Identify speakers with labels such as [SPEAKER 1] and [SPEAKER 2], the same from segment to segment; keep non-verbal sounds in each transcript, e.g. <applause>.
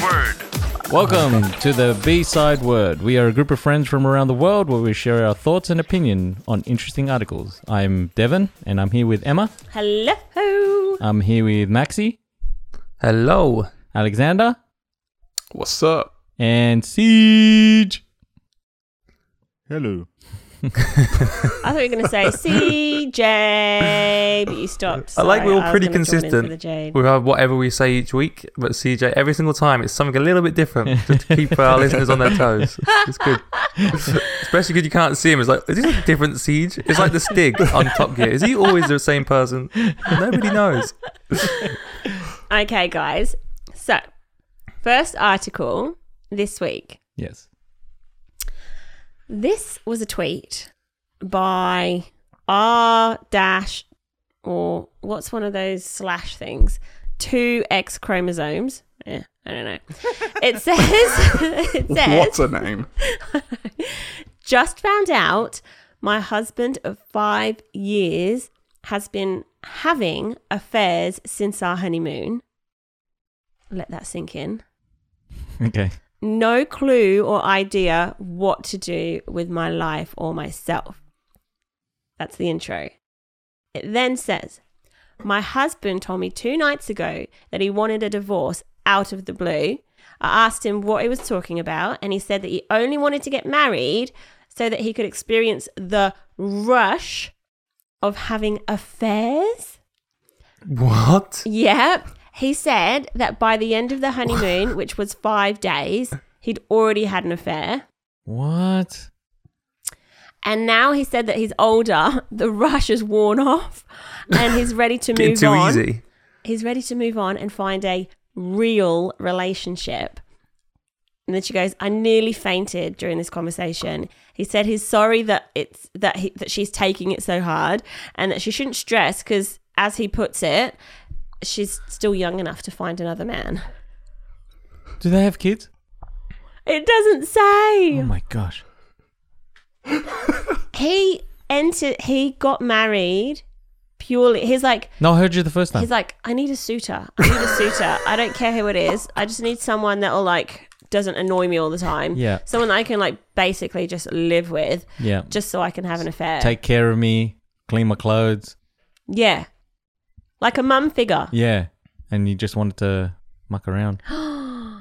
[SPEAKER 1] word.
[SPEAKER 2] Welcome to the B Side Word. We are a group of friends from around the world where we share our thoughts and opinion on interesting articles. I'm Devon, and I'm here with Emma.
[SPEAKER 3] Hello.
[SPEAKER 2] I'm here with Maxi,
[SPEAKER 4] Hello.
[SPEAKER 2] Alexander,
[SPEAKER 5] What's up?
[SPEAKER 2] and Siege.
[SPEAKER 6] Hello.
[SPEAKER 3] I thought you were going to
[SPEAKER 4] <laughs>
[SPEAKER 3] say CJ, but you stopped.
[SPEAKER 4] I like
[SPEAKER 3] Sorry,
[SPEAKER 4] we were
[SPEAKER 3] was
[SPEAKER 4] pretty
[SPEAKER 3] gonna join in for
[SPEAKER 4] consistent.
[SPEAKER 3] the Jade.
[SPEAKER 4] We have whatever we say each week, but CJ, every single time, it's something a little bit different just to keep
[SPEAKER 2] <laughs>
[SPEAKER 4] our listeners on their toes. It's good. Especially because you can't see him. It's like, is this a different Siege? It's like the Stig on Top Gear. Is he always the same person? Nobody knows.
[SPEAKER 3] Okay, guys. So, first article this week.
[SPEAKER 2] Yes. <laughs>
[SPEAKER 3] This was a tweet by R dash or what's one of those slash things? Two X chromosomes. Yeah, I
[SPEAKER 5] <laughs>
[SPEAKER 3] don't know. It says <laughs> it says
[SPEAKER 5] What's a name?
[SPEAKER 3] <laughs> just found out my husband of five years has been having affairs since our honeymoon. Let that sink in.
[SPEAKER 2] Okay.
[SPEAKER 3] No clue or idea what to do with my life or myself. That's the intro. It then says, My husband told me two nights ago that he wanted a divorce out of the blue. I asked him what he was talking about, and he said that he only wanted to get married so that he could experience the rush of having affairs.
[SPEAKER 4] What?
[SPEAKER 3] Yep. He said that by the end of
[SPEAKER 4] <laughs>
[SPEAKER 3] the honeymoon, which was five days, he'd already had an affair.
[SPEAKER 2] What?
[SPEAKER 3] And now he said that he's older, <laughs> the rush has worn off, and he's ready
[SPEAKER 4] <laughs>
[SPEAKER 3] to
[SPEAKER 4] Getting
[SPEAKER 3] move
[SPEAKER 4] too
[SPEAKER 3] on.
[SPEAKER 4] easy.
[SPEAKER 3] He's ready to move on and find a real relationship. And then she goes, "I nearly fainted during this conversation." He said he's sorry that it's that he, that she's taking it so hard, and that she shouldn't stress because, as he puts it, she's still young enough to find another man.
[SPEAKER 2] Do they have kids?
[SPEAKER 3] It doesn't
[SPEAKER 2] Oh
[SPEAKER 3] say.
[SPEAKER 2] my gosh.
[SPEAKER 3] He entered. He got married purely. He's like,
[SPEAKER 2] No, I heard you the
[SPEAKER 6] Oh.
[SPEAKER 2] first time.
[SPEAKER 3] He's like, I need a suitor. I need a suitor. I don't care who it is. I just need someone that'll like doesn't annoy me all the time.
[SPEAKER 2] Yeah.
[SPEAKER 3] Someone that I can like basically just live with,
[SPEAKER 2] yeah.
[SPEAKER 3] just so I can have an affair.
[SPEAKER 2] Take care of me, clean my clothes.
[SPEAKER 3] yeah. Like a mum figure.
[SPEAKER 2] Yeah. And you just wanted to muck around.
[SPEAKER 3] I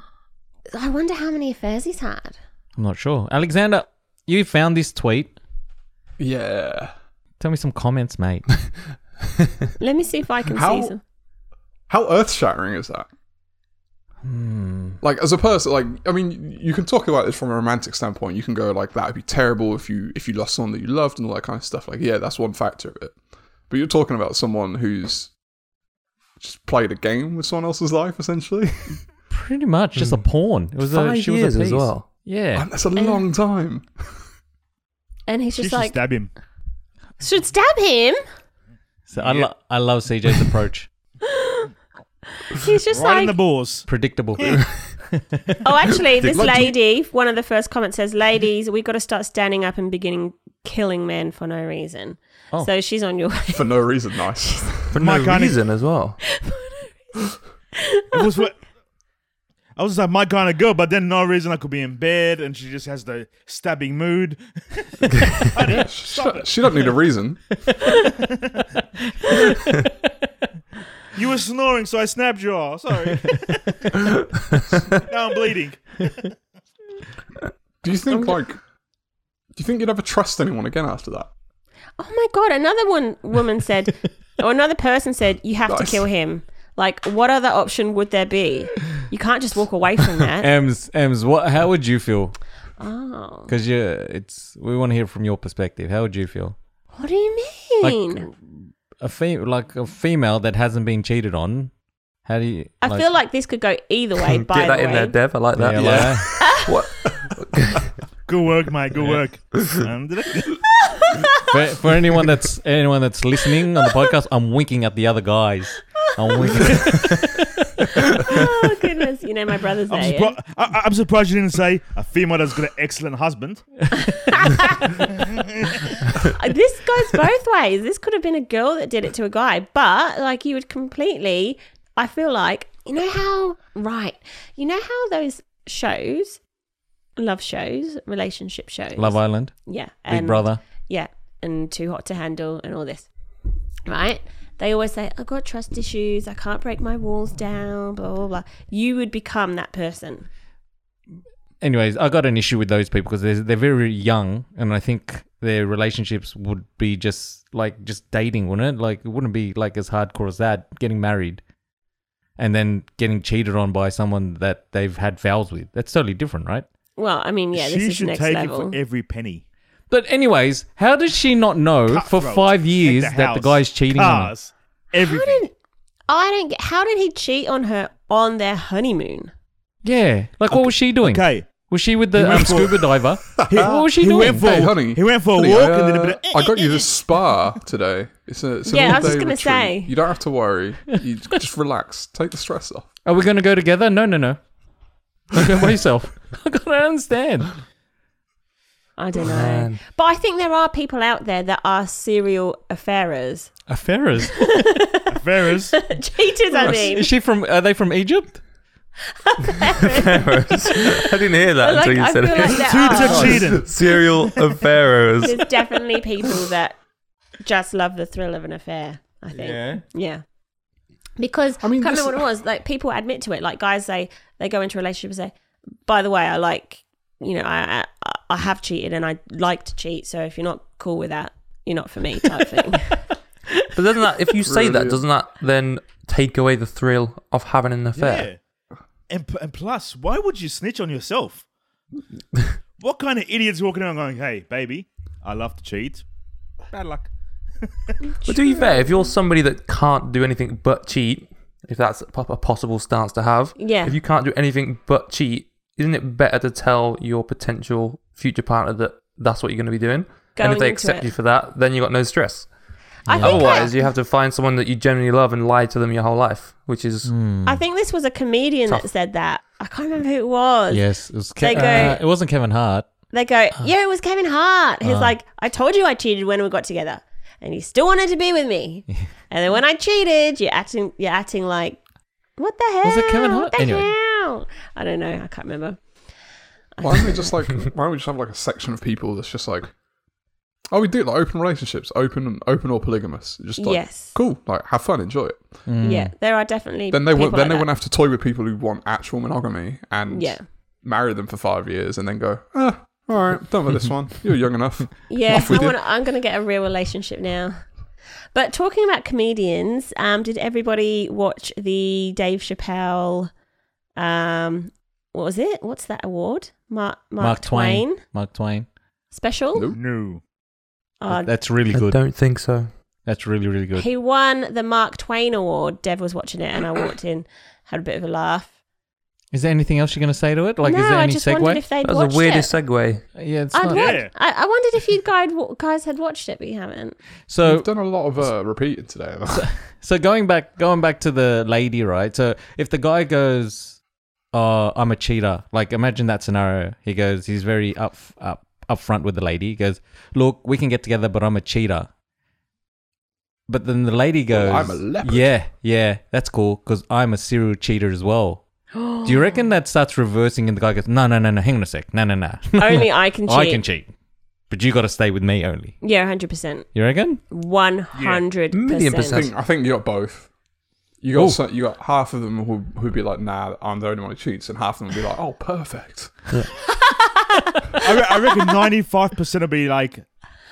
[SPEAKER 3] wonder how many affairs he's had.
[SPEAKER 2] I'm not sure. Alexander, you found this tweet.
[SPEAKER 5] Yeah.
[SPEAKER 2] Tell me some
[SPEAKER 4] <laughs>
[SPEAKER 2] comments, mate.
[SPEAKER 3] Let me see if I can
[SPEAKER 5] How-
[SPEAKER 3] see some.
[SPEAKER 5] How earth shattering is that?
[SPEAKER 6] Hmm.
[SPEAKER 5] Like, as a person, like, I mean, you can talk about this from a romantic standpoint. You can go like, "That'd be terrible if you if you lost someone that you loved and all that kind of stuff." Like, yeah, that's one factor of it. But you're talking about someone who's just played a game with someone else's life, essentially. <laughs>
[SPEAKER 2] Pretty much just a pawn. It was
[SPEAKER 4] Hmm. Five
[SPEAKER 2] a, she
[SPEAKER 4] years
[SPEAKER 2] was a
[SPEAKER 4] as
[SPEAKER 2] piece.
[SPEAKER 4] well.
[SPEAKER 2] Yeah.
[SPEAKER 5] And that's a long time.
[SPEAKER 3] And he's
[SPEAKER 6] She
[SPEAKER 3] just
[SPEAKER 6] should
[SPEAKER 3] like,
[SPEAKER 6] stab him.
[SPEAKER 3] should stab him.
[SPEAKER 2] So I, lo- I love CJ's
[SPEAKER 4] <laughs>
[SPEAKER 2] approach.
[SPEAKER 3] He's just
[SPEAKER 6] <laughs> Right in the
[SPEAKER 3] like,
[SPEAKER 6] balls.
[SPEAKER 2] Predictable.
[SPEAKER 3] oh, actually, this
[SPEAKER 5] Like, do you-
[SPEAKER 3] lady, one of the first comments says, ladies, we got to start standing up and beginning killing men for no reason.
[SPEAKER 2] Oh.
[SPEAKER 3] So she's on your <laughs>
[SPEAKER 5] For no reason, nice.
[SPEAKER 4] For
[SPEAKER 6] My
[SPEAKER 4] no
[SPEAKER 6] kind of-
[SPEAKER 4] reason as well.
[SPEAKER 3] <laughs>
[SPEAKER 6] It was what. I was like my kind of girl, but then no reason I could be in bed, and she just has the stabbing mood. Honey, <laughs> stop
[SPEAKER 5] she,
[SPEAKER 6] it!
[SPEAKER 5] she don't need a reason.
[SPEAKER 6] You were snoring, so I snapped you all.
[SPEAKER 2] <laughs>
[SPEAKER 6] Sorry. now I'm bleeding. <laughs>
[SPEAKER 5] Do you think like, do you think you'd ever trust anyone again after that?
[SPEAKER 3] Oh my god! Another one woman said, or another person said, you have to
[SPEAKER 5] Nice.
[SPEAKER 3] kill him. Like, what other option would there be? You can't just walk away
[SPEAKER 2] <laughs>
[SPEAKER 3] from that.
[SPEAKER 2] <laughs> Ems, Ems, what? How would you feel?
[SPEAKER 3] oh,
[SPEAKER 2] Because you, it's we want to hear from your perspective. How would you feel?
[SPEAKER 3] what do you
[SPEAKER 2] Like
[SPEAKER 3] mean?
[SPEAKER 2] a fe- like a female that hasn't been cheated on. How do you?
[SPEAKER 3] I feel like this could go either way.
[SPEAKER 4] <laughs> Get
[SPEAKER 3] By
[SPEAKER 4] that
[SPEAKER 3] the
[SPEAKER 4] in there,
[SPEAKER 3] way, <laughs>
[SPEAKER 4] Dev. I like that.
[SPEAKER 2] yeah, like-
[SPEAKER 5] Yeah.
[SPEAKER 4] What?
[SPEAKER 6] Good work, mate. Good work. And-
[SPEAKER 2] <laughs>
[SPEAKER 6] uh,
[SPEAKER 3] <laughs>
[SPEAKER 2] for, for anyone that's anyone that's listening on the podcast, I'm winking at the other guys. I'm winking.
[SPEAKER 3] oh goodness, you know my brother's
[SPEAKER 6] <laughs> I'm,
[SPEAKER 3] there. yeah?
[SPEAKER 6] surpri- I- I- I'm surprised you didn't say a female that's got an excellent husband.
[SPEAKER 3] Uh, this goes both ways. This could have been a girl that did it to a guy, but like you would completely, I feel like You know how, right, you know how those shows, love shows, relationship shows,
[SPEAKER 2] Love Island,
[SPEAKER 3] yeah,
[SPEAKER 2] Big Brother.
[SPEAKER 3] yeah, and too hot to handle and all this, right? They always say, I've got trust issues, I can't break my walls down, blah, blah, blah. You would become that person.
[SPEAKER 2] Anyways, I got an issue with those people because they're, they're very young, and I think their relationships would be just like just dating, wouldn't it? Like it wouldn't be like as hardcore as that, getting married, and then getting cheated on by someone that they've had vows with. That's totally different, right?
[SPEAKER 3] Well, I mean, Mm, yeah, this
[SPEAKER 6] she
[SPEAKER 3] is
[SPEAKER 6] should
[SPEAKER 3] next
[SPEAKER 6] take
[SPEAKER 3] level.
[SPEAKER 6] it for every penny.
[SPEAKER 2] But anyways, how did she not know for
[SPEAKER 6] Cutthroat.
[SPEAKER 2] five years
[SPEAKER 6] Get the
[SPEAKER 2] that the
[SPEAKER 6] house,
[SPEAKER 2] guy's cheating on her?
[SPEAKER 6] cars,
[SPEAKER 3] how
[SPEAKER 6] everything.
[SPEAKER 3] did I don't get how did he cheat on her on their honeymoon?
[SPEAKER 2] Yeah, like what was she doing?
[SPEAKER 6] Okay.
[SPEAKER 2] Was she with the um,
[SPEAKER 6] went for-
[SPEAKER 2] scuba diver? what
[SPEAKER 6] <laughs> He-
[SPEAKER 2] was she
[SPEAKER 6] he
[SPEAKER 2] doing?
[SPEAKER 6] went for-
[SPEAKER 5] Hey, honey.
[SPEAKER 6] He went for a
[SPEAKER 5] honey,
[SPEAKER 6] walk
[SPEAKER 5] I,
[SPEAKER 6] and then a bit of-
[SPEAKER 5] I got you this
[SPEAKER 6] eh."
[SPEAKER 5] spa today. It's a it's an
[SPEAKER 3] Yeah, I was
[SPEAKER 5] all-day
[SPEAKER 3] just gonna
[SPEAKER 5] retreat.
[SPEAKER 3] say.
[SPEAKER 5] you don't have to worry.
[SPEAKER 3] <laughs>
[SPEAKER 5] You just relax, take the stress off.
[SPEAKER 2] Are we going to go together? No, no, no. Don't go <laughs> by yourself. I gotta understand.
[SPEAKER 3] I don't know.
[SPEAKER 4] Man. <laughs>
[SPEAKER 3] But I think there are people out there that are serial affairers. <laughs>
[SPEAKER 2] Affairs.
[SPEAKER 6] Ferris.
[SPEAKER 3] Cheaters,
[SPEAKER 2] <laughs>
[SPEAKER 3] I mean.
[SPEAKER 2] Is she from? Are they from Egypt?
[SPEAKER 4] Pharaohs. I didn't hear that
[SPEAKER 3] Like,
[SPEAKER 4] until you
[SPEAKER 3] I
[SPEAKER 4] said
[SPEAKER 3] feel
[SPEAKER 4] it.
[SPEAKER 3] like there
[SPEAKER 6] Toots
[SPEAKER 3] are.
[SPEAKER 6] are <laughs> cheating.
[SPEAKER 4] Serial of pharaohs.
[SPEAKER 3] There's definitely people that just love the thrill of an affair, I think. Yeah. Because I
[SPEAKER 5] mean,
[SPEAKER 3] can't
[SPEAKER 5] this-
[SPEAKER 3] remember what it was. Like people admit to it. Like guys say they go into a relationship and say, "By the way, I like you know I I, I have cheated and I like to cheat. So if you're not cool with that, you're not for me." Type thing.
[SPEAKER 4] <laughs> But doesn't that, if you say that,
[SPEAKER 5] Brilliant.
[SPEAKER 4] doesn't that then take away the thrill of having an affair?
[SPEAKER 6] Yeah. And, p- and plus, why would you snitch on
[SPEAKER 5] <laughs>
[SPEAKER 6] yourself? what kind of idiots walking around going, hey, baby, I love to cheat? Bad luck.
[SPEAKER 4] But to be fair, if you're somebody that can't do anything but cheat, if that's a po- a possible stance to have,
[SPEAKER 3] Yeah.
[SPEAKER 4] if you can't do anything but cheat, isn't it better to tell your potential future partner that that's what you're going to be doing?
[SPEAKER 3] Going
[SPEAKER 4] and if they
[SPEAKER 3] into
[SPEAKER 4] accept
[SPEAKER 3] it.
[SPEAKER 4] you for that, then you got no stress.
[SPEAKER 3] I think
[SPEAKER 4] Otherwise,
[SPEAKER 3] I,
[SPEAKER 4] you have to find someone that you genuinely love and lie to them your whole life, which is
[SPEAKER 3] I think this was a comedian that
[SPEAKER 4] Tough.
[SPEAKER 3] said that. I can't remember who it was.
[SPEAKER 2] Yes, it was. Ke-
[SPEAKER 3] They go-
[SPEAKER 2] uh, it wasn't Kevin Hart.
[SPEAKER 3] They go, "Yeah, it was Kevin Hart." He's like, "I told you I cheated when we got together, and you still wanted to be
[SPEAKER 2] <laughs>
[SPEAKER 3] with me. and then when I cheated, you're acting, you're acting like, what the hell?
[SPEAKER 2] Was it Kevin Hart?
[SPEAKER 3] What the
[SPEAKER 2] Anyway.
[SPEAKER 3] hell? I don't know. I can't remember.
[SPEAKER 5] Why don't we just
[SPEAKER 6] <laughs>
[SPEAKER 5] like why don't we just have like a section of people that's just like Oh, we do like open relationships, open open or polygamous. Just like
[SPEAKER 3] Yes.
[SPEAKER 5] cool, like have fun, enjoy it.
[SPEAKER 2] Hmm. Mm.
[SPEAKER 3] Yeah, there are definitely
[SPEAKER 5] Then they
[SPEAKER 3] people
[SPEAKER 5] won't then
[SPEAKER 3] like
[SPEAKER 5] they
[SPEAKER 3] that.
[SPEAKER 5] won't have to toy with people who want actual monogamy and
[SPEAKER 3] Yeah.
[SPEAKER 5] marry them for five years and then go, ah, all right, done with
[SPEAKER 6] <laughs>
[SPEAKER 5] this one. You're young enough.
[SPEAKER 3] Yeah,
[SPEAKER 5] Off
[SPEAKER 3] I
[SPEAKER 5] with it.
[SPEAKER 3] want. I'm going to get a real relationship now. But talking about comedians, um, did everybody watch the Dave Chappelle? Um, what was it? What's that award? Mark Mark, Twain,
[SPEAKER 2] Mark Twain.
[SPEAKER 3] special.
[SPEAKER 5] Nope.
[SPEAKER 6] No.
[SPEAKER 3] Uh,
[SPEAKER 2] That's really
[SPEAKER 4] I
[SPEAKER 2] good.
[SPEAKER 4] don't think so.
[SPEAKER 2] That's really really good.
[SPEAKER 3] he won the Mark Twain award. Dev was watching it, and I walked in, had a bit of a laugh.
[SPEAKER 2] Is there anything else you're going to say to it? Like,
[SPEAKER 3] no,
[SPEAKER 2] is there
[SPEAKER 3] I
[SPEAKER 2] any
[SPEAKER 3] just
[SPEAKER 2] segue?
[SPEAKER 3] wondered if they'd
[SPEAKER 4] That was
[SPEAKER 3] watched
[SPEAKER 4] the weirdest
[SPEAKER 3] it.
[SPEAKER 4] segue.
[SPEAKER 2] yeah, it's
[SPEAKER 3] I'd
[SPEAKER 2] not.
[SPEAKER 3] wa-
[SPEAKER 6] Yeah.
[SPEAKER 3] I, I wondered if you guys guys had watched it, but you haven't.
[SPEAKER 2] So
[SPEAKER 5] We've done a lot of uh, repeating today.
[SPEAKER 2] So going back, going back to the lady, right? So if the guy goes, "Oh, I'm a cheater," like imagine that scenario. He goes, he's very up up upfront with the lady. He goes, "Look, we can get together, but I'm a cheater." But then the lady goes,
[SPEAKER 5] Well, I'm a leopard.
[SPEAKER 2] "Yeah, yeah, that's cool because I'm a serial cheater as
[SPEAKER 3] <gasps>
[SPEAKER 2] well." Do you reckon that starts reversing and the guy goes, "No, no, no, no, hang on a sec, no, no, no, <laughs>
[SPEAKER 3] Only I can
[SPEAKER 2] <laughs>
[SPEAKER 3] cheat.
[SPEAKER 2] I can cheat, but you got to stay with me only."
[SPEAKER 3] Yeah, hundred percent,
[SPEAKER 2] You reckon?
[SPEAKER 3] one hundred
[SPEAKER 4] Million
[SPEAKER 5] I
[SPEAKER 4] percent.
[SPEAKER 5] think I think you got both. You got some, you got half of them who who'd be like, nah, I'm the only one who cheats, and half of them would be like, oh, perfect.
[SPEAKER 6] I, re- I reckon 95% will be like,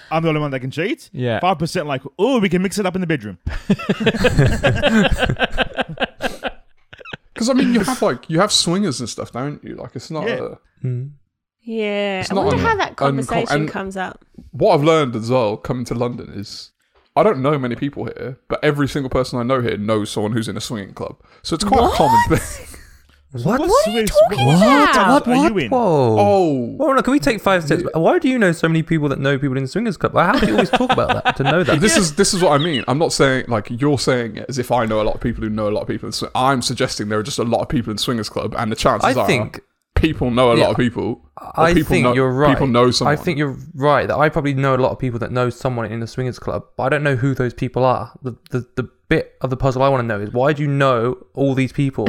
[SPEAKER 6] I'm the only one that can cheat.
[SPEAKER 2] Yeah.
[SPEAKER 6] 5% like, oh, we can mix it up in the bedroom.
[SPEAKER 5] Because I mean, you have like you have swingers and stuff, don't you? Like it's not.
[SPEAKER 6] Yeah.
[SPEAKER 5] Uh,
[SPEAKER 3] Yeah,
[SPEAKER 5] It's
[SPEAKER 3] I
[SPEAKER 5] not
[SPEAKER 3] wonder
[SPEAKER 5] un-
[SPEAKER 3] how that conversation
[SPEAKER 5] and-
[SPEAKER 3] comes up.
[SPEAKER 5] what I've learned as well coming to London is I don't know many people here, but every single person I know here knows someone who's in a swinging club. So it's quite a common thing.
[SPEAKER 4] What?
[SPEAKER 6] What are you
[SPEAKER 3] talking about?
[SPEAKER 6] What, are you in?
[SPEAKER 4] Whoa.
[SPEAKER 5] Oh,
[SPEAKER 4] Well, no, can we take five steps? back? Why do you know so many people that know people in swingers club? How do you always talk about that to know
[SPEAKER 5] <laughs>
[SPEAKER 4] that?
[SPEAKER 5] this is this is what I mean. I'm not saying like you're saying it as if I know a lot of people who know a lot of people. In swing- I'm suggesting there are just a lot of people in swingers club, and the chances
[SPEAKER 4] I
[SPEAKER 5] are
[SPEAKER 4] think
[SPEAKER 5] people know a
[SPEAKER 4] Yeah.
[SPEAKER 5] lot of people. or
[SPEAKER 4] I
[SPEAKER 5] people
[SPEAKER 4] think
[SPEAKER 5] know,
[SPEAKER 4] you're right.
[SPEAKER 5] People know someone.
[SPEAKER 4] I think you're right that I probably know a lot of people that know someone in the swingers club, but I don't know who those people are. The the, the bit of the puzzle I want to know is why do you know all these
[SPEAKER 5] <laughs>
[SPEAKER 4] people?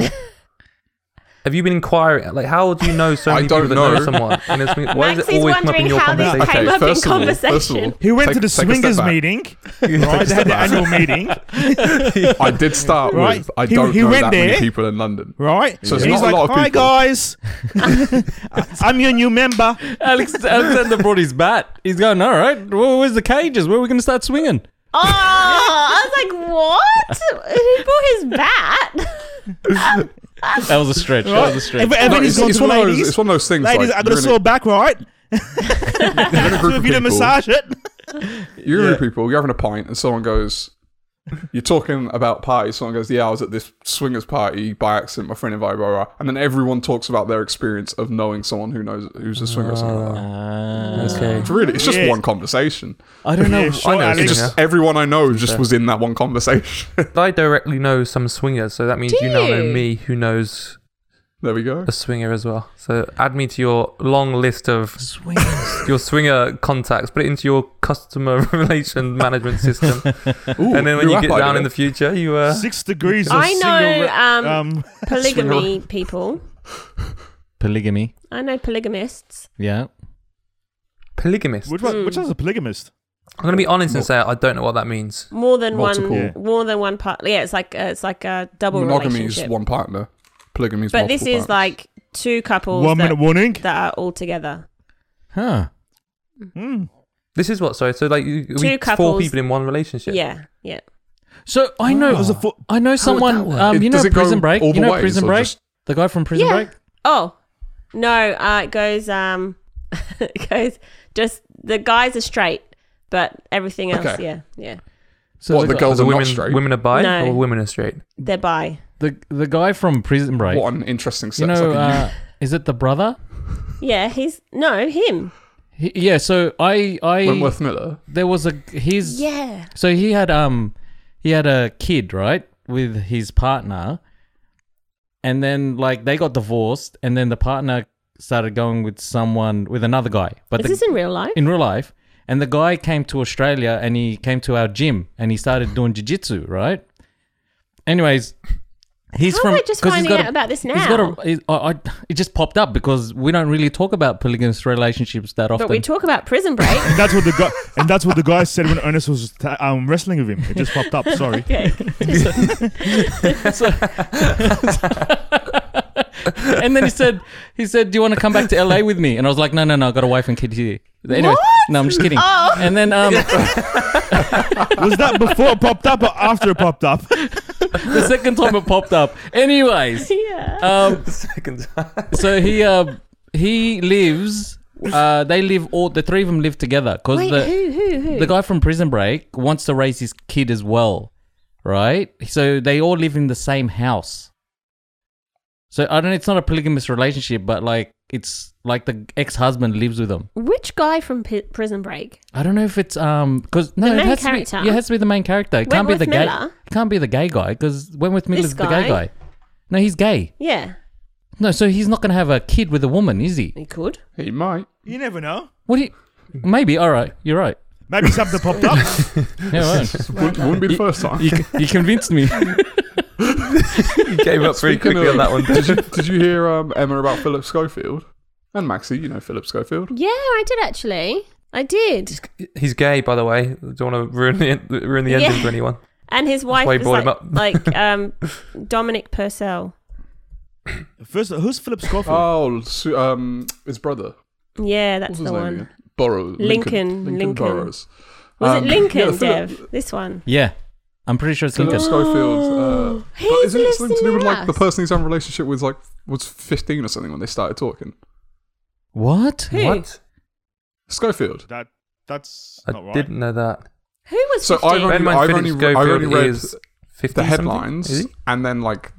[SPEAKER 4] Have you been inquiring? Like, how do you know so
[SPEAKER 5] I
[SPEAKER 4] many
[SPEAKER 5] don't
[SPEAKER 4] people that know
[SPEAKER 5] know.
[SPEAKER 4] someone? And it's, why
[SPEAKER 3] Max
[SPEAKER 4] does it
[SPEAKER 3] is
[SPEAKER 4] always come up
[SPEAKER 3] wondering
[SPEAKER 4] in your
[SPEAKER 3] how this
[SPEAKER 4] conversation?
[SPEAKER 3] came up in
[SPEAKER 5] first of all- first of all,
[SPEAKER 3] conversation.
[SPEAKER 6] He went
[SPEAKER 5] take-
[SPEAKER 6] to the
[SPEAKER 5] take a step
[SPEAKER 6] swingers
[SPEAKER 5] back. <laughs>
[SPEAKER 6] meeting. Right, they had the annual meeting.
[SPEAKER 5] I did start
[SPEAKER 6] Right.
[SPEAKER 5] with I
[SPEAKER 6] He-
[SPEAKER 5] don't
[SPEAKER 6] he
[SPEAKER 5] know
[SPEAKER 6] went
[SPEAKER 5] that
[SPEAKER 6] there.
[SPEAKER 5] many people in London.
[SPEAKER 6] Right,
[SPEAKER 5] So it's
[SPEAKER 6] And he's
[SPEAKER 5] not a
[SPEAKER 6] like,
[SPEAKER 5] lot of
[SPEAKER 6] "Hi
[SPEAKER 5] people." <laughs>
[SPEAKER 6] guys, <laughs> I'm your new member."
[SPEAKER 2] Alex Alexander brought his bat. He's going, all right, well, where's the cages? Where are we going to start swinging?
[SPEAKER 3] Oh, I was like, what? <laughs> Who bought his bat?
[SPEAKER 2] That was a stretch. That was a stretch.
[SPEAKER 6] Ev- Evan
[SPEAKER 5] No, it's,
[SPEAKER 6] is going
[SPEAKER 5] it's
[SPEAKER 6] to
[SPEAKER 5] one of
[SPEAKER 6] ladies.
[SPEAKER 5] those, it's one of those things.
[SPEAKER 6] ladies,
[SPEAKER 5] like,
[SPEAKER 6] I got a
[SPEAKER 5] you're in
[SPEAKER 6] sore back, right?
[SPEAKER 5] <laughs> you're
[SPEAKER 6] <laughs>
[SPEAKER 5] in a
[SPEAKER 6] So
[SPEAKER 5] group
[SPEAKER 6] if
[SPEAKER 5] of
[SPEAKER 6] you don't
[SPEAKER 5] people- <laughs>
[SPEAKER 6] massage it,
[SPEAKER 5] You're in a group of people. You're having a pint, and someone goes, <laughs> "You're talking about parties." Someone goes, "Yeah, I was at this swingers party by accident. My friend invited." Blah, blah. And then everyone talks about their experience of knowing someone who knows who's a swinger or something like that.
[SPEAKER 2] Uh,
[SPEAKER 4] Okay.
[SPEAKER 5] It's really, it's just
[SPEAKER 6] Yeah.
[SPEAKER 5] one conversation.
[SPEAKER 2] I don't know.
[SPEAKER 6] Yeah, sure,
[SPEAKER 4] I know,
[SPEAKER 6] Alex.
[SPEAKER 4] it's
[SPEAKER 5] Just everyone I know just was in that one conversation. <laughs>
[SPEAKER 4] I directly know some swingers, so that means
[SPEAKER 3] Do
[SPEAKER 4] you now know
[SPEAKER 3] you?
[SPEAKER 4] me, who knows
[SPEAKER 5] there we go.
[SPEAKER 4] a swinger as well. So add me to your long list of
[SPEAKER 5] <laughs>
[SPEAKER 2] Swingers.
[SPEAKER 4] your swinger contacts. Put it into your customer <laughs> relation management system,
[SPEAKER 5] Ooh,
[SPEAKER 4] and then when
[SPEAKER 5] new
[SPEAKER 4] you
[SPEAKER 5] app
[SPEAKER 4] get
[SPEAKER 5] idea.
[SPEAKER 4] down in the future, you uh,
[SPEAKER 6] six degrees. Of
[SPEAKER 3] I
[SPEAKER 6] single
[SPEAKER 3] know
[SPEAKER 6] re-
[SPEAKER 3] um,
[SPEAKER 6] um,
[SPEAKER 3] polygamy people.
[SPEAKER 2] Polygamy.
[SPEAKER 3] I know polygamists.
[SPEAKER 2] Yeah.
[SPEAKER 4] polygamist.
[SPEAKER 6] which one? Which
[SPEAKER 3] hmm.
[SPEAKER 6] one's a polygamist?
[SPEAKER 4] I'm gonna be honest and say I don't know what that means.
[SPEAKER 3] More than
[SPEAKER 5] Multiple.
[SPEAKER 3] one.
[SPEAKER 5] Yeah.
[SPEAKER 3] More than one part. Yeah, it's like a, it's like a double
[SPEAKER 5] monogamy is
[SPEAKER 3] relationship.
[SPEAKER 5] one partner. Polygamy is
[SPEAKER 3] but this
[SPEAKER 5] multiple
[SPEAKER 3] is like two couples
[SPEAKER 6] One
[SPEAKER 3] that,
[SPEAKER 6] minute warning.
[SPEAKER 3] that are all together.
[SPEAKER 2] Huh.
[SPEAKER 6] Hmm.
[SPEAKER 4] This is what. Sorry. So like you, we four
[SPEAKER 3] couples-
[SPEAKER 4] people in one relationship.
[SPEAKER 3] Yeah, yeah.
[SPEAKER 2] So I know.
[SPEAKER 5] Ah.
[SPEAKER 6] Oh. It was a fo-
[SPEAKER 2] I know
[SPEAKER 4] that
[SPEAKER 2] someone.
[SPEAKER 4] work?
[SPEAKER 2] Um,
[SPEAKER 5] It-
[SPEAKER 2] you know
[SPEAKER 5] does it go
[SPEAKER 2] Prison Break.
[SPEAKER 5] all
[SPEAKER 2] You
[SPEAKER 5] the
[SPEAKER 2] know
[SPEAKER 5] ways,
[SPEAKER 2] Prison
[SPEAKER 5] or
[SPEAKER 2] Break.
[SPEAKER 5] just-
[SPEAKER 2] The guy from Prison
[SPEAKER 3] Yeah.
[SPEAKER 2] Break.
[SPEAKER 3] Oh no, uh, it goes um, <laughs> it goes just the guys are straight, but everything else,
[SPEAKER 5] Okay.
[SPEAKER 3] yeah, yeah,
[SPEAKER 2] So
[SPEAKER 5] What,
[SPEAKER 2] the,
[SPEAKER 5] the
[SPEAKER 2] guy,
[SPEAKER 5] girl-
[SPEAKER 4] Are
[SPEAKER 5] Girls
[SPEAKER 4] the
[SPEAKER 5] are not
[SPEAKER 4] women
[SPEAKER 5] straight.
[SPEAKER 4] women are bi
[SPEAKER 3] No.
[SPEAKER 4] or women are straight.
[SPEAKER 3] they're bi.
[SPEAKER 2] the the guy from Prison Break.
[SPEAKER 5] What an interesting sex.
[SPEAKER 2] You know,
[SPEAKER 5] like a
[SPEAKER 2] uh, is it the brother?
[SPEAKER 3] Yeah, he's no him.
[SPEAKER 2] He, yeah. So I I
[SPEAKER 4] <laughs>
[SPEAKER 5] Wentworth Miller.
[SPEAKER 2] there was a his
[SPEAKER 3] Yeah,
[SPEAKER 2] So he had um he had a kid, right, with his partner. And then like they got divorced and then the partner started going with someone with another guy. But
[SPEAKER 3] is
[SPEAKER 2] the,
[SPEAKER 3] this in real life?
[SPEAKER 2] in real life and the guy came to Australia and he came to our gym and he started doing jiu-jitsu, right? Anyways, he's
[SPEAKER 3] How
[SPEAKER 2] from
[SPEAKER 3] am I just
[SPEAKER 2] 'cause he's
[SPEAKER 3] finding
[SPEAKER 2] got
[SPEAKER 3] out
[SPEAKER 2] a-
[SPEAKER 3] about this
[SPEAKER 2] He's got
[SPEAKER 3] now?
[SPEAKER 2] a, he- I- I- it just popped up because we don't really talk about polygamous relationships that often.
[SPEAKER 3] But we talk about prison
[SPEAKER 6] <laughs>
[SPEAKER 3] break. <laughs>
[SPEAKER 6] And that's what the guy. and that's what the guy said when Ernest was ta- um, wrestling with him. It just popped up. Sorry.
[SPEAKER 3] okay.
[SPEAKER 2] <laughs> and then he said, he said, "Do you want to come back to LA with me?" And I was like, "No, no, no, I got a wife and kid here." Anyway, no, I'm just kidding.
[SPEAKER 3] Oh.
[SPEAKER 2] And then um,
[SPEAKER 6] Was that before it popped up or after it popped up? <laughs>
[SPEAKER 2] the second time it popped up. Anyways,
[SPEAKER 3] yeah.
[SPEAKER 2] um,
[SPEAKER 4] Second time.
[SPEAKER 2] so he uh, he lives. Uh, they live all the three of them live together because
[SPEAKER 3] Wait,
[SPEAKER 2] the
[SPEAKER 3] who, who, who?
[SPEAKER 2] the guy from Prison Break wants to raise his kid as well, right? So they all live in the same house. So I don't. It's not a polygamous relationship, but like it's like the ex husband lives with them.
[SPEAKER 3] Which guy from P- Prison Break?
[SPEAKER 2] I don't know if it's um because no,
[SPEAKER 3] The
[SPEAKER 2] it
[SPEAKER 3] main
[SPEAKER 2] has to
[SPEAKER 3] character?
[SPEAKER 2] be, yeah, it has to be the main character. It can't be the
[SPEAKER 3] Wentworth
[SPEAKER 2] gay.
[SPEAKER 3] Miller?
[SPEAKER 2] It can't be the gay guy because Wentworth Miller's the
[SPEAKER 3] guy?
[SPEAKER 2] gay guy. No, he's gay.
[SPEAKER 3] Yeah,
[SPEAKER 2] No, so he's not going to have a kid with a woman, is he?
[SPEAKER 3] he could.
[SPEAKER 4] <laughs>
[SPEAKER 5] He might.
[SPEAKER 6] You never know.
[SPEAKER 2] What? Do you, maybe. All right, you're right.
[SPEAKER 6] Maybe something popped up.
[SPEAKER 2] Yeah,
[SPEAKER 5] <laughs>
[SPEAKER 2] right.
[SPEAKER 5] Wouldn't, wouldn't be the first time.
[SPEAKER 2] you, you convinced me.
[SPEAKER 4] <laughs> You gave up pretty
[SPEAKER 5] Speaking
[SPEAKER 4] quickly
[SPEAKER 5] of-
[SPEAKER 4] on that one.
[SPEAKER 5] <laughs> Did you, did you hear um, Emma about Philip Schofield? And Maxie, you know Philip Schofield.
[SPEAKER 3] Yeah, I did actually. I did.
[SPEAKER 4] He's gay, by the way. Don't want to ruin the ruin the
[SPEAKER 3] Yeah.
[SPEAKER 4] ending for anyone.
[SPEAKER 3] And his wife
[SPEAKER 4] why he
[SPEAKER 3] was
[SPEAKER 4] brought him
[SPEAKER 3] like,
[SPEAKER 4] up.
[SPEAKER 3] <laughs> like um, Dominic Purcell.
[SPEAKER 6] First, who's Philip Schofield?
[SPEAKER 5] Oh, Su- um, his brother.
[SPEAKER 3] Yeah,
[SPEAKER 5] What's
[SPEAKER 3] that's
[SPEAKER 5] his
[SPEAKER 3] the
[SPEAKER 5] name
[SPEAKER 3] one.
[SPEAKER 5] again? Burrows.
[SPEAKER 3] Lincoln,
[SPEAKER 5] Lincoln,
[SPEAKER 3] Lincoln.
[SPEAKER 5] Burrows.
[SPEAKER 3] Was
[SPEAKER 5] Um, <laughs>
[SPEAKER 3] it Lincoln,
[SPEAKER 5] yeah, Philip-
[SPEAKER 3] Dev? This one.
[SPEAKER 2] yeah, I'm pretty sure it's
[SPEAKER 5] Philip
[SPEAKER 2] Lincoln.
[SPEAKER 5] Schofield. Uh,
[SPEAKER 3] Oh, He's
[SPEAKER 5] but isn't it something to do with
[SPEAKER 3] listening
[SPEAKER 5] like the
[SPEAKER 3] to us.
[SPEAKER 5] person he's having a relationship with, like was fifteen or something when they started talking?
[SPEAKER 2] What?
[SPEAKER 3] Who?
[SPEAKER 4] What?
[SPEAKER 5] Schofield.
[SPEAKER 6] That that's
[SPEAKER 4] I
[SPEAKER 6] not right.
[SPEAKER 4] didn't know that.
[SPEAKER 3] Who was
[SPEAKER 5] So
[SPEAKER 3] 15?
[SPEAKER 5] I've only,
[SPEAKER 4] Bear in mind,
[SPEAKER 5] I've
[SPEAKER 4] Philip
[SPEAKER 5] only,
[SPEAKER 4] Schofield
[SPEAKER 5] I've only read
[SPEAKER 4] is
[SPEAKER 5] the
[SPEAKER 4] 50 something, is
[SPEAKER 5] headlines,
[SPEAKER 4] he?
[SPEAKER 5] and then like,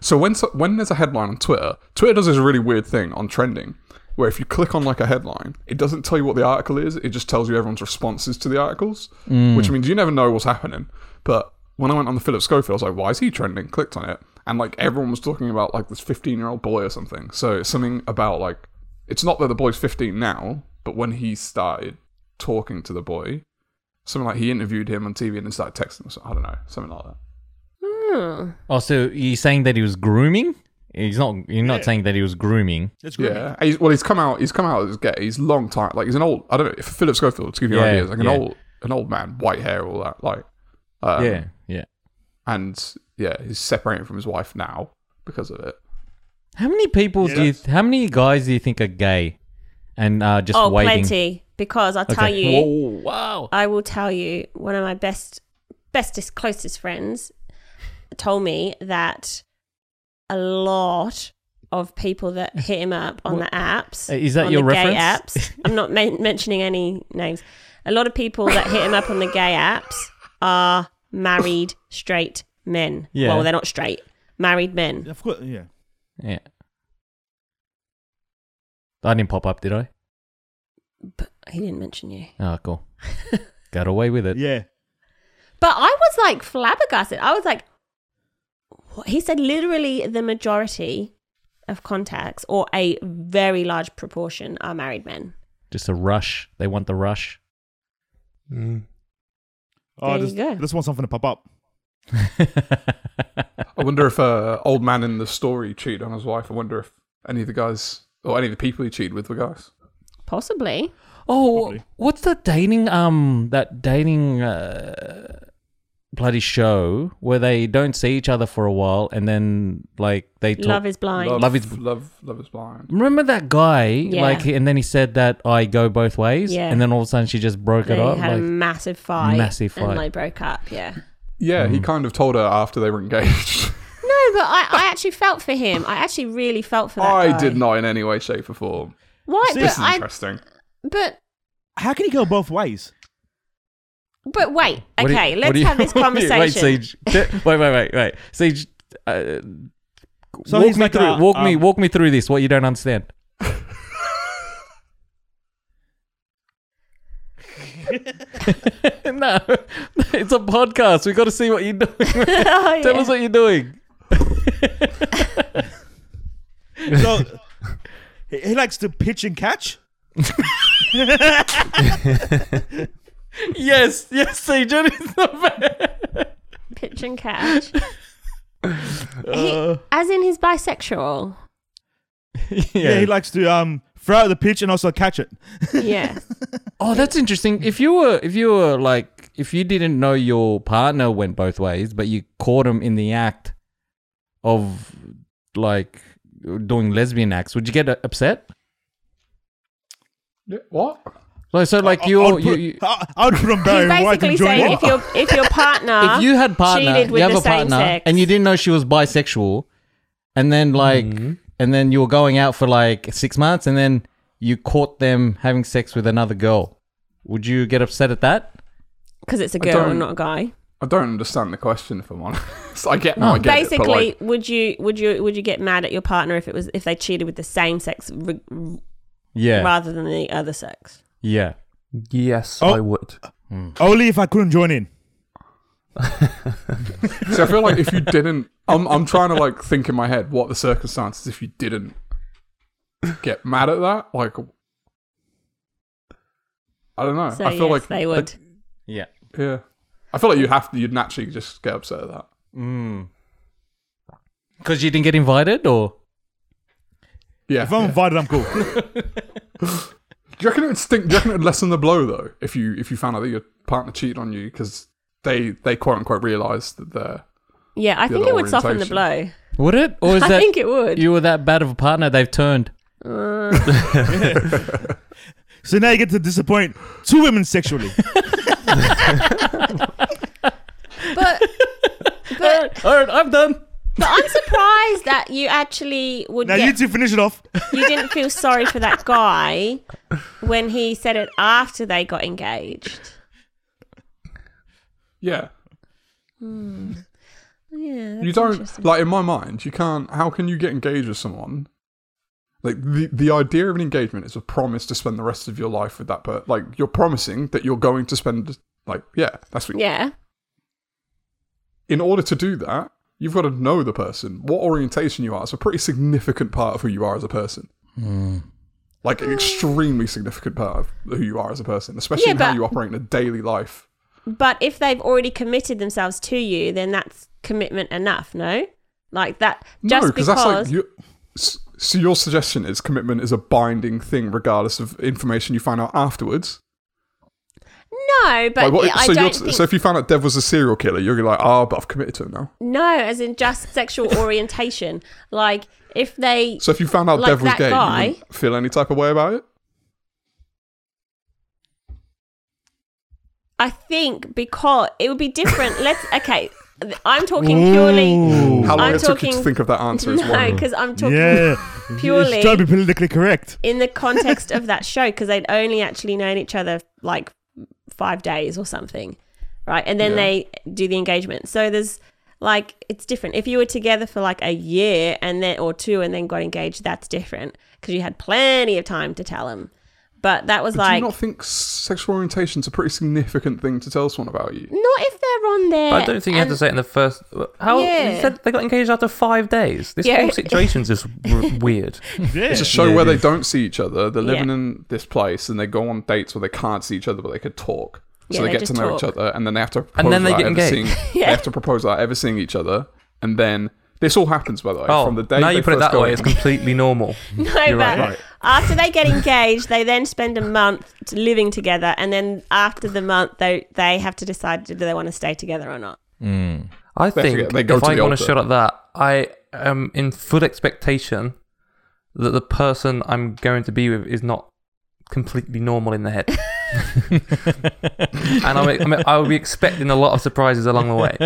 [SPEAKER 5] so when so, when there's a headline on Twitter, Twitter does this really weird thing on trending, where if you click on like a headline, it doesn't tell you what the article is. It just tells you everyone's responses to the articles,
[SPEAKER 4] Mm.
[SPEAKER 5] which means you never know what's happening. But when I went on the Philip Schofield, I was like, why is he trending? Clicked on it, and like
[SPEAKER 4] Hmm.
[SPEAKER 5] everyone was talking about like this 15 year old boy or something. So it's something about like, it's not that the boy's 15 now, but when he started talking to the boy, something like he interviewed him on TV and then started texting. Or something. I don't know, something like that.
[SPEAKER 3] Oh.
[SPEAKER 2] Oh, so you're saying that he was grooming? He's not. You're not
[SPEAKER 6] Yeah.
[SPEAKER 2] saying that he was grooming.
[SPEAKER 6] That's great.
[SPEAKER 5] Yeah. He's, well, he's come out. He's come out as gay. He's long time. Like he's an old. I don't know. If Philip Schofield to give you
[SPEAKER 2] Yeah,
[SPEAKER 5] ideas, like an
[SPEAKER 2] yeah.
[SPEAKER 5] old, an old man, white hair, all that. Like, um,
[SPEAKER 2] yeah, yeah.
[SPEAKER 5] And yeah, he's separating from his wife now because of it.
[SPEAKER 2] How many people
[SPEAKER 6] Yeah,
[SPEAKER 2] do? You, how many guys do you think are gay, and are just
[SPEAKER 3] Oh,
[SPEAKER 2] waiting?
[SPEAKER 3] plenty. Because I'll tell
[SPEAKER 2] Okay.
[SPEAKER 3] you,
[SPEAKER 2] Whoa, wow.
[SPEAKER 3] I will tell you, one of my best, bestest, closest friends told me that a lot of people that
[SPEAKER 2] <laughs>
[SPEAKER 3] hit him up on the apps,
[SPEAKER 2] Uh, is that
[SPEAKER 3] on
[SPEAKER 2] your
[SPEAKER 3] the gay
[SPEAKER 2] reference? <laughs>
[SPEAKER 3] apps. I'm not men- mentioning any names. A lot of people that hit him up on the gay apps are married straight men.
[SPEAKER 2] Yeah.
[SPEAKER 3] Well, they're not straight, married men.
[SPEAKER 6] Of course, yeah.
[SPEAKER 2] Yeah. I didn't pop up, did I?
[SPEAKER 3] But he didn't mention you.
[SPEAKER 2] Oh,
[SPEAKER 3] <laughs>
[SPEAKER 2] cool. Got away with it.
[SPEAKER 6] Yeah.
[SPEAKER 3] But I was like flabbergasted. I was like, what? he said literally the majority of contacts or a very large proportion are married men.
[SPEAKER 2] Just a rush. They want the
[SPEAKER 3] <laughs>
[SPEAKER 2] rush.
[SPEAKER 4] Mm.
[SPEAKER 6] Oh,
[SPEAKER 3] There
[SPEAKER 6] I
[SPEAKER 3] you
[SPEAKER 6] just,
[SPEAKER 3] go.
[SPEAKER 6] I just want something to pop up.
[SPEAKER 5] I wonder if uh, old man in the story cheated on his wife. I wonder if any of the guys or any of the people he cheated with were guys.
[SPEAKER 3] Possibly.
[SPEAKER 2] oh,
[SPEAKER 6] Probably.
[SPEAKER 2] what's that dating? Um, that dating uh, bloody show where they don't see each other for a while and then like they talk.
[SPEAKER 3] Love is blind.
[SPEAKER 2] Love is- Mm.
[SPEAKER 5] love. Love is blind.
[SPEAKER 2] Remember that guy?
[SPEAKER 3] Yeah.
[SPEAKER 2] Like, and then he said that I go both ways.
[SPEAKER 3] Yeah.
[SPEAKER 2] And then all of a sudden she just broke
[SPEAKER 3] They
[SPEAKER 2] it up.
[SPEAKER 3] had a
[SPEAKER 2] Like,
[SPEAKER 3] massive fight.
[SPEAKER 2] Massive fight.
[SPEAKER 3] And they broke up, yeah.
[SPEAKER 5] Yeah,
[SPEAKER 2] Mm.
[SPEAKER 5] he kind of told her after they were engaged.
[SPEAKER 3] No, but I, I actually felt for him. I actually really felt for <laughs> that
[SPEAKER 5] I
[SPEAKER 3] guy.
[SPEAKER 5] did not in any way, shape, or form.
[SPEAKER 3] Why? But,
[SPEAKER 5] This is
[SPEAKER 3] I,
[SPEAKER 5] interesting.
[SPEAKER 3] but,
[SPEAKER 6] How can he go
[SPEAKER 5] <laughs>
[SPEAKER 6] both ways?
[SPEAKER 3] but wait.
[SPEAKER 2] What do you-
[SPEAKER 3] Okay,
[SPEAKER 2] what
[SPEAKER 3] let's
[SPEAKER 2] do you-
[SPEAKER 3] have
[SPEAKER 2] <laughs>
[SPEAKER 3] this
[SPEAKER 2] what do you-
[SPEAKER 3] conversation.
[SPEAKER 2] Wait, Siege. D- wait, wait, wait, wait. Siege. Uh,
[SPEAKER 6] So
[SPEAKER 2] walk
[SPEAKER 6] he's
[SPEAKER 2] me
[SPEAKER 6] like
[SPEAKER 2] through.
[SPEAKER 6] a,
[SPEAKER 2] walk me.
[SPEAKER 6] um,
[SPEAKER 2] Walk me through this. What you don't understand. <laughs> no, it's a podcast. We got to see what you're doing. <laughs>
[SPEAKER 3] <laughs> Oh,
[SPEAKER 2] Tell
[SPEAKER 3] yeah.
[SPEAKER 2] us what you're doing.
[SPEAKER 6] So he he likes to pitch and catch.
[SPEAKER 2] Yes, yes, Siege. It is not <laughs> bad.
[SPEAKER 3] Pitch and catch.
[SPEAKER 2] <laughs> Uh.
[SPEAKER 3] he, as in he's bisexual.
[SPEAKER 6] Yeah. he likes to um throw out the pitch and also catch it.
[SPEAKER 3] Yeah.
[SPEAKER 2] Oh, that's interesting. If you were, if you were like, if you didn't know your partner went both ways, but you caught him in the act of like doing lesbian acts, would you get uh, upset?
[SPEAKER 5] Yeah, What?
[SPEAKER 2] Like, so, like
[SPEAKER 6] I-
[SPEAKER 2] you're,
[SPEAKER 6] I'd
[SPEAKER 2] you,
[SPEAKER 6] put,
[SPEAKER 2] you,
[SPEAKER 6] I, I would put
[SPEAKER 3] <laughs>
[SPEAKER 6] on
[SPEAKER 3] He's
[SPEAKER 6] Barry White
[SPEAKER 3] basically
[SPEAKER 6] and join
[SPEAKER 3] saying
[SPEAKER 6] in.
[SPEAKER 3] if your if
[SPEAKER 5] <laughs>
[SPEAKER 3] your partner
[SPEAKER 2] if you had partner,
[SPEAKER 3] cheated
[SPEAKER 2] you
[SPEAKER 3] with
[SPEAKER 2] have
[SPEAKER 3] the
[SPEAKER 2] a
[SPEAKER 3] same
[SPEAKER 2] partner,
[SPEAKER 3] sex,
[SPEAKER 2] and you didn't know she was bisexual, and then
[SPEAKER 6] Mm-hmm.
[SPEAKER 2] like, and then you were going out for like six months, and then you caught them having sex with another girl, would you get upset at that?
[SPEAKER 3] because it's a
[SPEAKER 5] I
[SPEAKER 3] girl
[SPEAKER 5] don't-
[SPEAKER 3] and not a guy.
[SPEAKER 5] I don't understand the question. If I'm honest, <laughs> I get. No,
[SPEAKER 2] No.
[SPEAKER 5] I get it, but,
[SPEAKER 3] Basically,
[SPEAKER 5] <laughs> like,
[SPEAKER 3] would you would you would you get mad at your partner if it was if they cheated with the same sex r-
[SPEAKER 2] Yeah,
[SPEAKER 3] rather than the other sex?
[SPEAKER 2] yeah.
[SPEAKER 4] Yes,
[SPEAKER 6] Oh.
[SPEAKER 4] I would.
[SPEAKER 6] Only if I couldn't join in.
[SPEAKER 5] so I feel like if you didn't, I'm I'm trying to like think in my head what the circumstances if you didn't get mad at that. Like, I don't know.
[SPEAKER 3] So
[SPEAKER 5] I feel
[SPEAKER 3] yes,
[SPEAKER 5] like
[SPEAKER 3] they would.
[SPEAKER 2] Yeah.
[SPEAKER 5] Yeah, I feel like you'd have to. You'd naturally just get upset at that.
[SPEAKER 2] Mm. Because you didn't get invited, or
[SPEAKER 5] Yeah.
[SPEAKER 6] If I'm
[SPEAKER 5] yeah.
[SPEAKER 6] invited, I'm cool.
[SPEAKER 5] Do you reckon it would stink? Do you reckon it would lessen the blow though? If you if you found out that your partner cheated on you because they they quote unquote realised that they're
[SPEAKER 3] yeah, I
[SPEAKER 5] The
[SPEAKER 3] think
[SPEAKER 5] other
[SPEAKER 3] it would soften the blow.
[SPEAKER 5] orientation.
[SPEAKER 2] would it? Or is
[SPEAKER 3] <laughs> I
[SPEAKER 2] that
[SPEAKER 3] think it would.
[SPEAKER 2] you were that bad of a partner? They've turned.
[SPEAKER 3] Uh,
[SPEAKER 6] so now you get to disappoint two
[SPEAKER 3] <laughs>
[SPEAKER 6] women sexually.
[SPEAKER 3] but
[SPEAKER 2] <laughs>
[SPEAKER 3] but
[SPEAKER 2] All right, I'm done.
[SPEAKER 3] but I'm surprised that you actually would
[SPEAKER 6] Now
[SPEAKER 3] get
[SPEAKER 6] you two finish it off.
[SPEAKER 3] you didn't feel sorry for that guy when he said it after they got engaged.
[SPEAKER 5] yeah.
[SPEAKER 3] Yeah,
[SPEAKER 5] you
[SPEAKER 3] that's
[SPEAKER 5] don't
[SPEAKER 3] interesting.
[SPEAKER 5] like in my mind you can't how can you get engaged with someone like the the idea of an engagement is a promise to spend the rest of your life with that person like you're promising that you're going to spend like yeah that's what
[SPEAKER 3] Yeah,
[SPEAKER 5] in order to do that you've got to know the person what orientation you are it's a pretty significant part of who you are as a person like an extremely significant part of who you are as a person especially
[SPEAKER 3] Yeah,
[SPEAKER 5] in how
[SPEAKER 3] but-
[SPEAKER 5] you operate in a daily life
[SPEAKER 3] But if they've already committed themselves to you, then that's commitment enough, no? Like that, just
[SPEAKER 5] no,
[SPEAKER 3] because.
[SPEAKER 5] that's like you. s- So your suggestion is commitment is a binding thing, regardless of information you find out afterwards.
[SPEAKER 3] no, but
[SPEAKER 5] Like, what-
[SPEAKER 3] I
[SPEAKER 5] so, you're
[SPEAKER 3] don't
[SPEAKER 5] t-
[SPEAKER 3] think.
[SPEAKER 5] so if you found out Dev was a serial killer, you're gonna be like, oh, but I've committed to him now.
[SPEAKER 3] no, as in just
[SPEAKER 5] <laughs>
[SPEAKER 3] sexual orientation. Like if they.
[SPEAKER 5] So if you found out
[SPEAKER 3] Like
[SPEAKER 5] Dev was
[SPEAKER 3] that
[SPEAKER 5] gay,
[SPEAKER 3] guy.
[SPEAKER 5] you wouldn't feel any type of way about it.
[SPEAKER 3] I think because it would be different. Let's. Okay. I'm talking <laughs> purely.
[SPEAKER 6] Ooh.
[SPEAKER 5] How long
[SPEAKER 3] I'm
[SPEAKER 5] it took you to
[SPEAKER 3] talking-
[SPEAKER 5] think of that answer
[SPEAKER 3] <laughs>
[SPEAKER 5] is
[SPEAKER 3] No,
[SPEAKER 5] one.
[SPEAKER 3] because I'm talking
[SPEAKER 6] <laughs> yeah,
[SPEAKER 3] purely-
[SPEAKER 6] It's trying to be politically correct.
[SPEAKER 3] <laughs> in the context of that show because they'd only actually known each other like five days or something, right? And then
[SPEAKER 5] Yeah.
[SPEAKER 3] they do the engagement. So there's like it's different. If you were together for like a year and then or two and then got engaged, that's different because you had plenty of time to tell him. But that was
[SPEAKER 5] But
[SPEAKER 3] like
[SPEAKER 5] do you not think sexual orientation's a pretty significant thing to tell someone about you?
[SPEAKER 3] not if they're on there.
[SPEAKER 4] But I don't think you have to
[SPEAKER 3] and- <laughs>
[SPEAKER 4] say it in the first. How
[SPEAKER 3] Yeah.
[SPEAKER 4] you said they got engaged after five days. This
[SPEAKER 3] Yeah.
[SPEAKER 4] whole situation's just w-
[SPEAKER 5] <laughs>
[SPEAKER 4] weird.
[SPEAKER 6] Yeah.
[SPEAKER 5] It's a show
[SPEAKER 6] Yeah,
[SPEAKER 5] where
[SPEAKER 6] it
[SPEAKER 5] they
[SPEAKER 6] is.
[SPEAKER 5] don't see each other. They're
[SPEAKER 3] Yeah.
[SPEAKER 5] living in this place, and they go on dates where they can't see each other, but they could talk. So
[SPEAKER 3] Yeah,
[SPEAKER 5] they
[SPEAKER 3] they
[SPEAKER 5] get to
[SPEAKER 3] just
[SPEAKER 5] know each
[SPEAKER 3] talk.
[SPEAKER 5] other, and then they have to propose
[SPEAKER 4] And then they
[SPEAKER 5] without
[SPEAKER 4] get
[SPEAKER 5] ever
[SPEAKER 4] engaged.
[SPEAKER 3] <laughs>
[SPEAKER 5] seeing. They
[SPEAKER 3] Yeah.
[SPEAKER 5] have to propose without ever seeing each other, and then this all happens by the way
[SPEAKER 4] Oh,
[SPEAKER 5] from the day
[SPEAKER 4] now
[SPEAKER 5] they
[SPEAKER 4] you put it
[SPEAKER 5] first
[SPEAKER 4] that
[SPEAKER 5] go
[SPEAKER 4] way,
[SPEAKER 5] in.
[SPEAKER 4] it's completely
[SPEAKER 3] <laughs>
[SPEAKER 4] normal.
[SPEAKER 3] No,
[SPEAKER 4] You're
[SPEAKER 3] but
[SPEAKER 4] right.
[SPEAKER 6] Right.
[SPEAKER 3] after they get engaged, they then spend a month t- living together, and then after the month, they they have to decide do they want to stay together or not.
[SPEAKER 2] Mm.
[SPEAKER 4] I
[SPEAKER 5] They
[SPEAKER 4] think
[SPEAKER 5] forget- they go
[SPEAKER 4] if
[SPEAKER 5] to
[SPEAKER 4] I
[SPEAKER 5] the
[SPEAKER 4] go on a
[SPEAKER 5] altar.
[SPEAKER 4] show like that, I am in full expectation that the person I'm going to be with is not completely normal in the head,
[SPEAKER 5] <laughs>
[SPEAKER 4] <laughs> and I'm, I mean, I'll be expecting a lot of surprises along the way.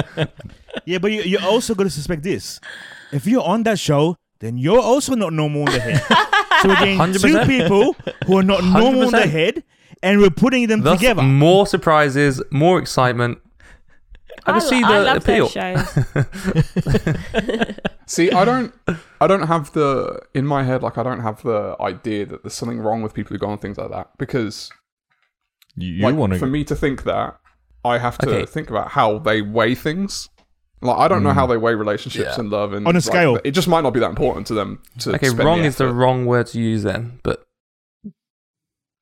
[SPEAKER 6] Yeah, but you, you're also going to suspect this. If you're on that show, then you're also not normal in the <laughs> head. so we're getting 2
[SPEAKER 4] 100%.
[SPEAKER 6] people who are not normal in the
[SPEAKER 4] 100%.
[SPEAKER 6] head, and we're putting them
[SPEAKER 4] Thus,
[SPEAKER 6] together.
[SPEAKER 4] more surprises, more excitement. I can
[SPEAKER 3] lo-
[SPEAKER 4] see the
[SPEAKER 3] I love
[SPEAKER 4] appeal.
[SPEAKER 3] those shows.
[SPEAKER 4] <laughs>
[SPEAKER 5] See, I don't, I don't have the in my head like I don't have the idea that there's something wrong with people who go on things like that because
[SPEAKER 2] You,
[SPEAKER 5] like,
[SPEAKER 2] want to?
[SPEAKER 5] for me to think that I have to
[SPEAKER 4] Okay.
[SPEAKER 5] think about how they weigh things. Like I don't know how they weigh relationships
[SPEAKER 4] Mm. Yeah.
[SPEAKER 5] and love and
[SPEAKER 6] On a
[SPEAKER 5] like,
[SPEAKER 6] scale.
[SPEAKER 5] it just might not be that important to them. To
[SPEAKER 4] okay,
[SPEAKER 5] spend the
[SPEAKER 4] wrong is the
[SPEAKER 5] effort.
[SPEAKER 4] wrong word to use then, but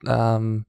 [SPEAKER 4] um,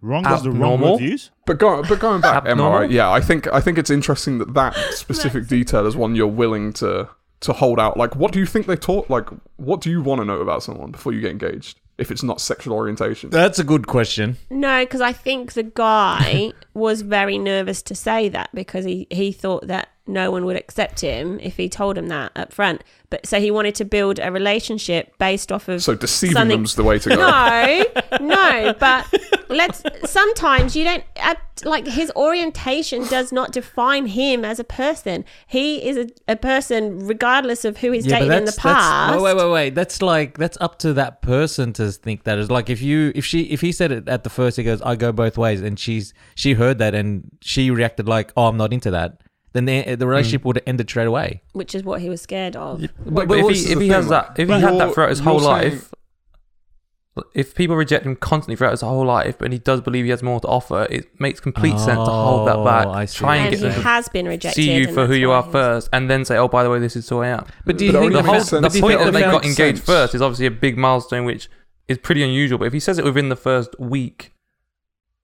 [SPEAKER 6] wrong is the wrong
[SPEAKER 4] Abnormal?
[SPEAKER 6] word to use.
[SPEAKER 5] But go, but going back, Emma,
[SPEAKER 4] Abnormal?
[SPEAKER 5] right, yeah, I think I think it's interesting that that specific detail is one you're willing to to hold out. Like, what do you think they taught? Like, what do you want to know about someone before you get engaged? If it's not sexual orientation,
[SPEAKER 2] That's a good question.
[SPEAKER 3] No, because I think the guy was very nervous to say that because he, he thought that no one would accept him if he told him that up front. But so he wanted to build a relationship based off of
[SPEAKER 5] so deceiving
[SPEAKER 3] something-
[SPEAKER 5] them's the way to go.
[SPEAKER 3] No,
[SPEAKER 5] <laughs>
[SPEAKER 3] no, but let's. Sometimes you don't act- like his orientation does not define him as a person. He is a, a person regardless of who he's dated in the past.
[SPEAKER 2] That's, wait, wait, wait, wait. That's like that's up to that person to think that is like if you if she if he said it at the first, he goes, "I go both ways," and she's she heard that and she reacted like, "Oh, I'm not into that." Then the, the relationship would have ended straight away.
[SPEAKER 3] Which is what he was scared of.
[SPEAKER 4] But,
[SPEAKER 5] but
[SPEAKER 4] if
[SPEAKER 5] what's
[SPEAKER 4] he,
[SPEAKER 5] the
[SPEAKER 4] if he
[SPEAKER 5] thing,
[SPEAKER 4] has
[SPEAKER 5] like,
[SPEAKER 4] that, if he had
[SPEAKER 5] you're-
[SPEAKER 4] that throughout his
[SPEAKER 5] you're
[SPEAKER 4] whole
[SPEAKER 5] saying-
[SPEAKER 4] life, if people reject him constantly throughout his whole life, and he does believe he has more to offer, it makes complete sense to hold that
[SPEAKER 2] Oh,
[SPEAKER 4] back,
[SPEAKER 2] I see.
[SPEAKER 4] try and,
[SPEAKER 3] And
[SPEAKER 4] get
[SPEAKER 3] he
[SPEAKER 4] them
[SPEAKER 3] has been
[SPEAKER 4] to
[SPEAKER 3] rejected.
[SPEAKER 4] see you
[SPEAKER 3] and
[SPEAKER 4] for who
[SPEAKER 3] that's
[SPEAKER 4] you
[SPEAKER 3] why
[SPEAKER 4] are
[SPEAKER 3] he was-
[SPEAKER 4] first, and then say, "Oh, by the way, this is who I am."
[SPEAKER 2] But do
[SPEAKER 5] But
[SPEAKER 2] you
[SPEAKER 5] it
[SPEAKER 2] think
[SPEAKER 5] only
[SPEAKER 4] The
[SPEAKER 5] makes
[SPEAKER 4] whole
[SPEAKER 5] sense.
[SPEAKER 4] the
[SPEAKER 5] Do you
[SPEAKER 4] point
[SPEAKER 5] think
[SPEAKER 4] that
[SPEAKER 5] that
[SPEAKER 4] they
[SPEAKER 5] makes
[SPEAKER 4] got engaged
[SPEAKER 5] sense?
[SPEAKER 4] first is obviously a big milestone, which is pretty unusual. But if he says it within the first week,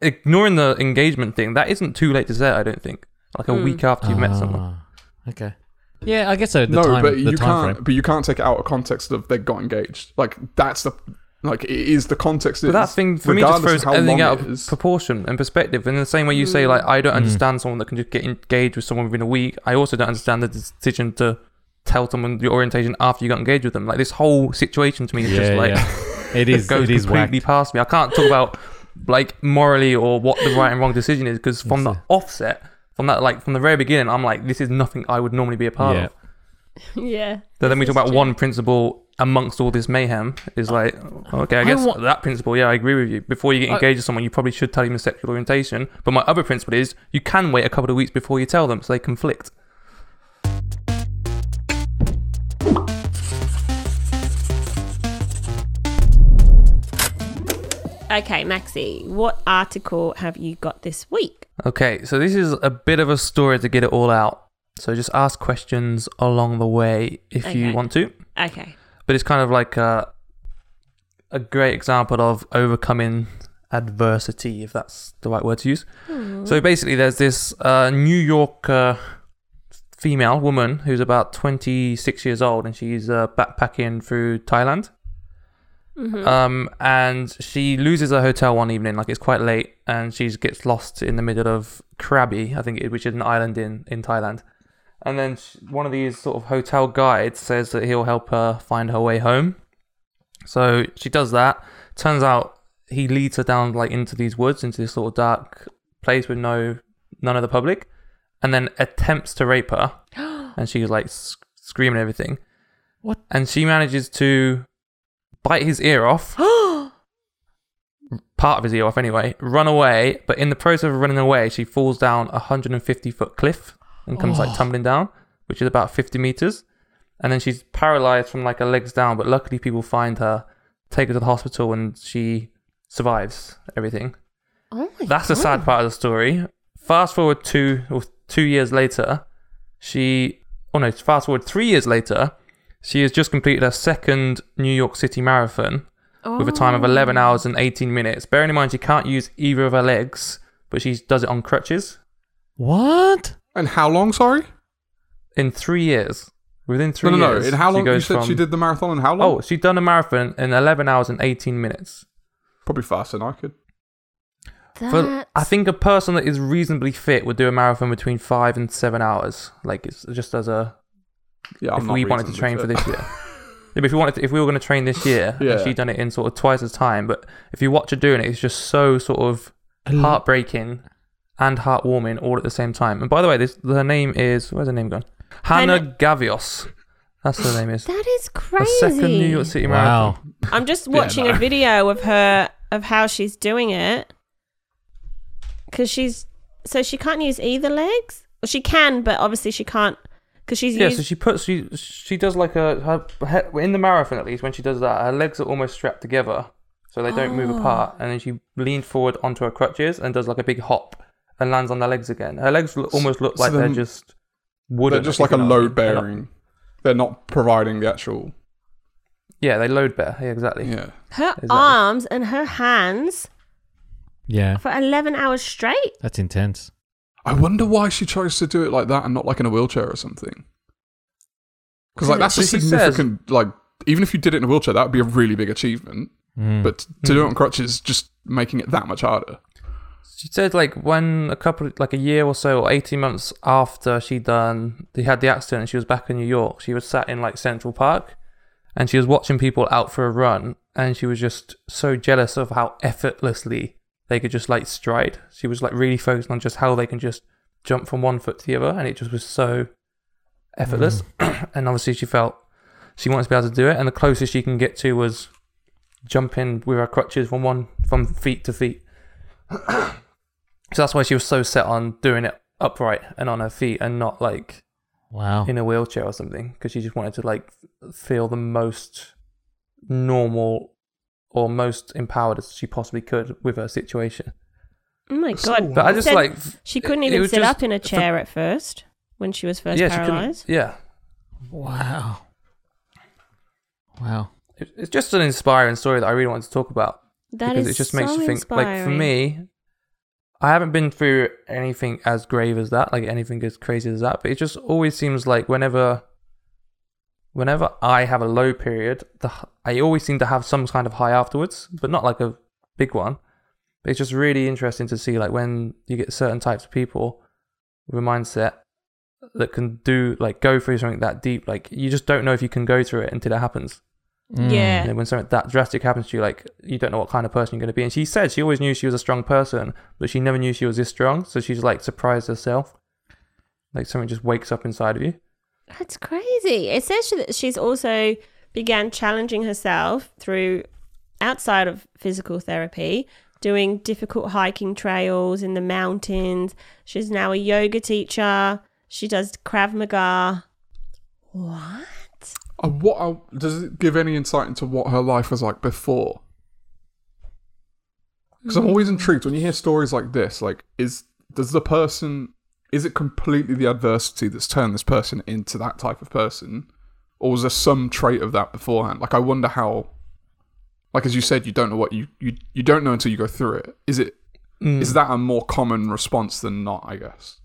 [SPEAKER 4] ignoring the engagement thing, that isn't too late to say. I don't think. Like a
[SPEAKER 5] Hmm.
[SPEAKER 3] Mm.
[SPEAKER 4] week after you've
[SPEAKER 2] Ah.
[SPEAKER 4] met someone.
[SPEAKER 2] Okay. Yeah, I guess so. The
[SPEAKER 5] no,
[SPEAKER 2] time,
[SPEAKER 5] but
[SPEAKER 2] the
[SPEAKER 5] you
[SPEAKER 2] time
[SPEAKER 5] can't. <laughs>
[SPEAKER 2] frame.
[SPEAKER 5] But you can't take it out of context of they got engaged. Like that's the like it is the context.
[SPEAKER 4] But
[SPEAKER 5] is,
[SPEAKER 4] that thing for me just
[SPEAKER 5] regardless
[SPEAKER 4] throws
[SPEAKER 5] of how
[SPEAKER 4] everything
[SPEAKER 5] long
[SPEAKER 4] out
[SPEAKER 5] it
[SPEAKER 4] of
[SPEAKER 5] is. Hmm.
[SPEAKER 4] proportion and perspective. And in the same way you say,
[SPEAKER 2] Hmm.
[SPEAKER 4] like, I don't understand someone that can just get engaged with someone within a week. I also don't understand the decision to tell someone your orientation after you got engaged with them. Like this whole situation to me is just
[SPEAKER 2] Yeah,
[SPEAKER 4] <laughs> like
[SPEAKER 2] yeah. It
[SPEAKER 5] <laughs>
[SPEAKER 2] is.
[SPEAKER 4] goes
[SPEAKER 2] It is
[SPEAKER 4] completely
[SPEAKER 2] whacked.
[SPEAKER 4] past me. I can't talk about like morally or what the right and wrong decision is because from the offset, from that like from the very beginning, I'm like, this is nothing I would normally be a part
[SPEAKER 2] Yeah.
[SPEAKER 4] of.
[SPEAKER 3] <laughs> yeah.
[SPEAKER 4] So then we
[SPEAKER 3] This
[SPEAKER 4] talk
[SPEAKER 3] is
[SPEAKER 4] about
[SPEAKER 3] true.
[SPEAKER 4] one principle amongst all this mayhem is like, okay, I guess
[SPEAKER 2] wa-
[SPEAKER 4] that principle, yeah, I agree with you. Before you get engaged with someone, you probably should tell them your sexual orientation. But my other principle is you can wait a couple of weeks before you tell them so they conflict.
[SPEAKER 3] Okay, Maxi, what article have you got this week?
[SPEAKER 4] Okay, so this is a bit of a story to get it all out. So just ask questions along the way if
[SPEAKER 3] Okay.
[SPEAKER 4] you want to.
[SPEAKER 3] Okay.
[SPEAKER 4] but it's kind of like a, a great example of overcoming adversity, if that's the right word to use. So basically, there's this uh, New York uh, female woman who's about 26 years old, and she's uh, backpacking through Thailand. Um, and she loses her hotel one evening, like it's quite late, and she gets lost in the middle of Krabi, I think, it, which is an island in in Thailand. And then sh one of these sort of hotel guides says that he'll help her find her way home. So she does that. Turns out he leads her down like into these woods, into this sort of dark place with no none of the public, and then attempts to rape her. and she's like s- screaming and everything.
[SPEAKER 2] What?
[SPEAKER 4] And she manages to bite his ear off. part of his ear off anyway. Run away, but in the process of running away, she falls down a 150 foot cliff and comes
[SPEAKER 3] Oh.
[SPEAKER 4] like tumbling down, which is about 50 meters. And then she's paralyzed from like her legs down, but luckily people find her, take her to the hospital, and she survives everything.
[SPEAKER 3] Oh my
[SPEAKER 4] That's the sad part of the story. Fast forward two or two years later, she oh no, fast forward three years later, she has just completed her second New York City marathon with a time of 11
[SPEAKER 3] Oh,
[SPEAKER 5] Oh.
[SPEAKER 4] hours and 18 minutes. Bearing in mind she can't use either of her legs, but she does it on crutches
[SPEAKER 2] What?
[SPEAKER 5] And how long? Sorry.
[SPEAKER 4] in three years. Within three
[SPEAKER 5] no, no,
[SPEAKER 4] years,
[SPEAKER 5] no. In how
[SPEAKER 4] she
[SPEAKER 5] long? You
[SPEAKER 4] goes
[SPEAKER 5] said she
[SPEAKER 4] from-
[SPEAKER 5] did the marathon. In how long?
[SPEAKER 4] Oh, she's done a marathon in 11 hours and 18 minutes.
[SPEAKER 5] probably faster than I could.
[SPEAKER 4] For, I think a person that is reasonably fit would do a marathon between five and seven hours. Like it's just as a
[SPEAKER 5] Yeah. I'm
[SPEAKER 4] if
[SPEAKER 5] not
[SPEAKER 4] we wanted to
[SPEAKER 5] reasonably
[SPEAKER 4] train for
[SPEAKER 5] fit.
[SPEAKER 4] this year.
[SPEAKER 5] <laughs>
[SPEAKER 4] Yeah, but if we wanted, to, if we were going to train this year,
[SPEAKER 5] Yeah.
[SPEAKER 4] and she done it in sort of twice as time. But if you watch her doing it, it's just so sort of heartbreaking and heartwarming all at the same time. And by the way, this her name is where's her name gone? Hannah
[SPEAKER 3] Hannah-
[SPEAKER 4] Gavios. That's her name is.
[SPEAKER 3] That is
[SPEAKER 4] Her
[SPEAKER 3] crazy.
[SPEAKER 4] second New York City marathon.
[SPEAKER 2] Wow.
[SPEAKER 3] I'm just watching a video of her of how she's doing it because she's so she can't use either legs. Well, she can, but obviously she can't because she's
[SPEAKER 4] Yeah,
[SPEAKER 3] used.
[SPEAKER 4] so she puts she she does like a her, her in the marathon at least when she does that her legs are almost strapped together so they don't move apart and then she leans forward onto her crutches and does like a big hop and lands on her legs again. Her legs look, almost look
[SPEAKER 5] so
[SPEAKER 4] like they're
[SPEAKER 5] then-
[SPEAKER 4] just
[SPEAKER 5] They're
[SPEAKER 4] wooden.
[SPEAKER 5] just
[SPEAKER 4] if
[SPEAKER 5] like
[SPEAKER 4] you
[SPEAKER 5] a
[SPEAKER 4] know what I mean.
[SPEAKER 5] load
[SPEAKER 4] They're not-
[SPEAKER 5] bearing. They're not providing the actual.
[SPEAKER 4] Yeah, they load bear. Yeah, exactly.
[SPEAKER 5] Yeah.
[SPEAKER 3] her
[SPEAKER 4] Exactly.
[SPEAKER 3] arms and her hands
[SPEAKER 2] Yeah,
[SPEAKER 3] for 11 hours straight.
[SPEAKER 2] that's intense.
[SPEAKER 5] I wonder why she chose to do it like that and not like in a wheelchair or something. Because like that's a
[SPEAKER 4] She says-
[SPEAKER 5] significant like even if you did it in a wheelchair, that would be a really big achievement.
[SPEAKER 2] Mm.
[SPEAKER 5] But to do it on crutches, is just making it that much harder.
[SPEAKER 4] She said like when a couple like a year or so or eighteen months after she done they had the accident and she was back in New York, she was sat in like Central Park and she was watching people out for a run and she was just so jealous of how effortlessly they could just like stride. She was like really focused on just how they can just jump from one foot to the other and it just was so effortless. <clears throat> and obviously she felt she wanted to be able to do it and the closest she can get to was jumping with her crutches from one from feet to feet. So that's why she was so set on doing it upright and on her feet and not like
[SPEAKER 2] wow.
[SPEAKER 4] in a wheelchair or something because she just wanted to like feel the most normal or most empowered as she possibly could with her situation.
[SPEAKER 3] Oh my God.
[SPEAKER 4] But I
[SPEAKER 3] She
[SPEAKER 4] just
[SPEAKER 3] said
[SPEAKER 4] like
[SPEAKER 3] She couldn't
[SPEAKER 4] it- it
[SPEAKER 3] even
[SPEAKER 4] was
[SPEAKER 3] sit
[SPEAKER 4] just-
[SPEAKER 3] up in a chair at first when she was first
[SPEAKER 4] yeah,
[SPEAKER 3] paralyzed.
[SPEAKER 4] she couldn't. Yeah,
[SPEAKER 2] Wow. Wow.
[SPEAKER 4] It- it's just an inspiring story that I really wanted to talk about
[SPEAKER 3] That
[SPEAKER 4] because
[SPEAKER 3] is
[SPEAKER 4] it just makes
[SPEAKER 3] so
[SPEAKER 4] you think. Like for
[SPEAKER 3] inspiring.
[SPEAKER 4] me, I haven't been through anything as grave as that, like anything as crazy as that. But it just always seems like whenever, whenever I have a low period, the h- I always seem to have some kind of high afterwards, but not like a big one. But it's just really interesting to see like when you get certain types of people with a mindset that can do like go through something that deep like you just don't know if you can go through it until it happens
[SPEAKER 2] Mm.
[SPEAKER 3] Yeah.
[SPEAKER 4] and then when something that drastic happens to you, like you don't know what kind of person you're going to be. And she said she always knew she was a strong person, but she never knew she was this strong. So she's like surprised herself. Like something just wakes up inside of you.
[SPEAKER 3] That's crazy. It says she- that she's also began challenging herself through outside of physical therapy, doing difficult hiking trails in the mountains. She's now a yoga teacher. She does Krav Maga. What?
[SPEAKER 5] Uh, what I, does it give any insight into what her life was like before? Because I'm always intrigued when you hear stories like this. Like, is does the person is it completely the adversity that's turned this person into that type of person, or was there some trait of that beforehand? Like, I wonder how Like as you said, you don't know what you you, you don't know until you go through it. Is it is that a more common response than not? I guess.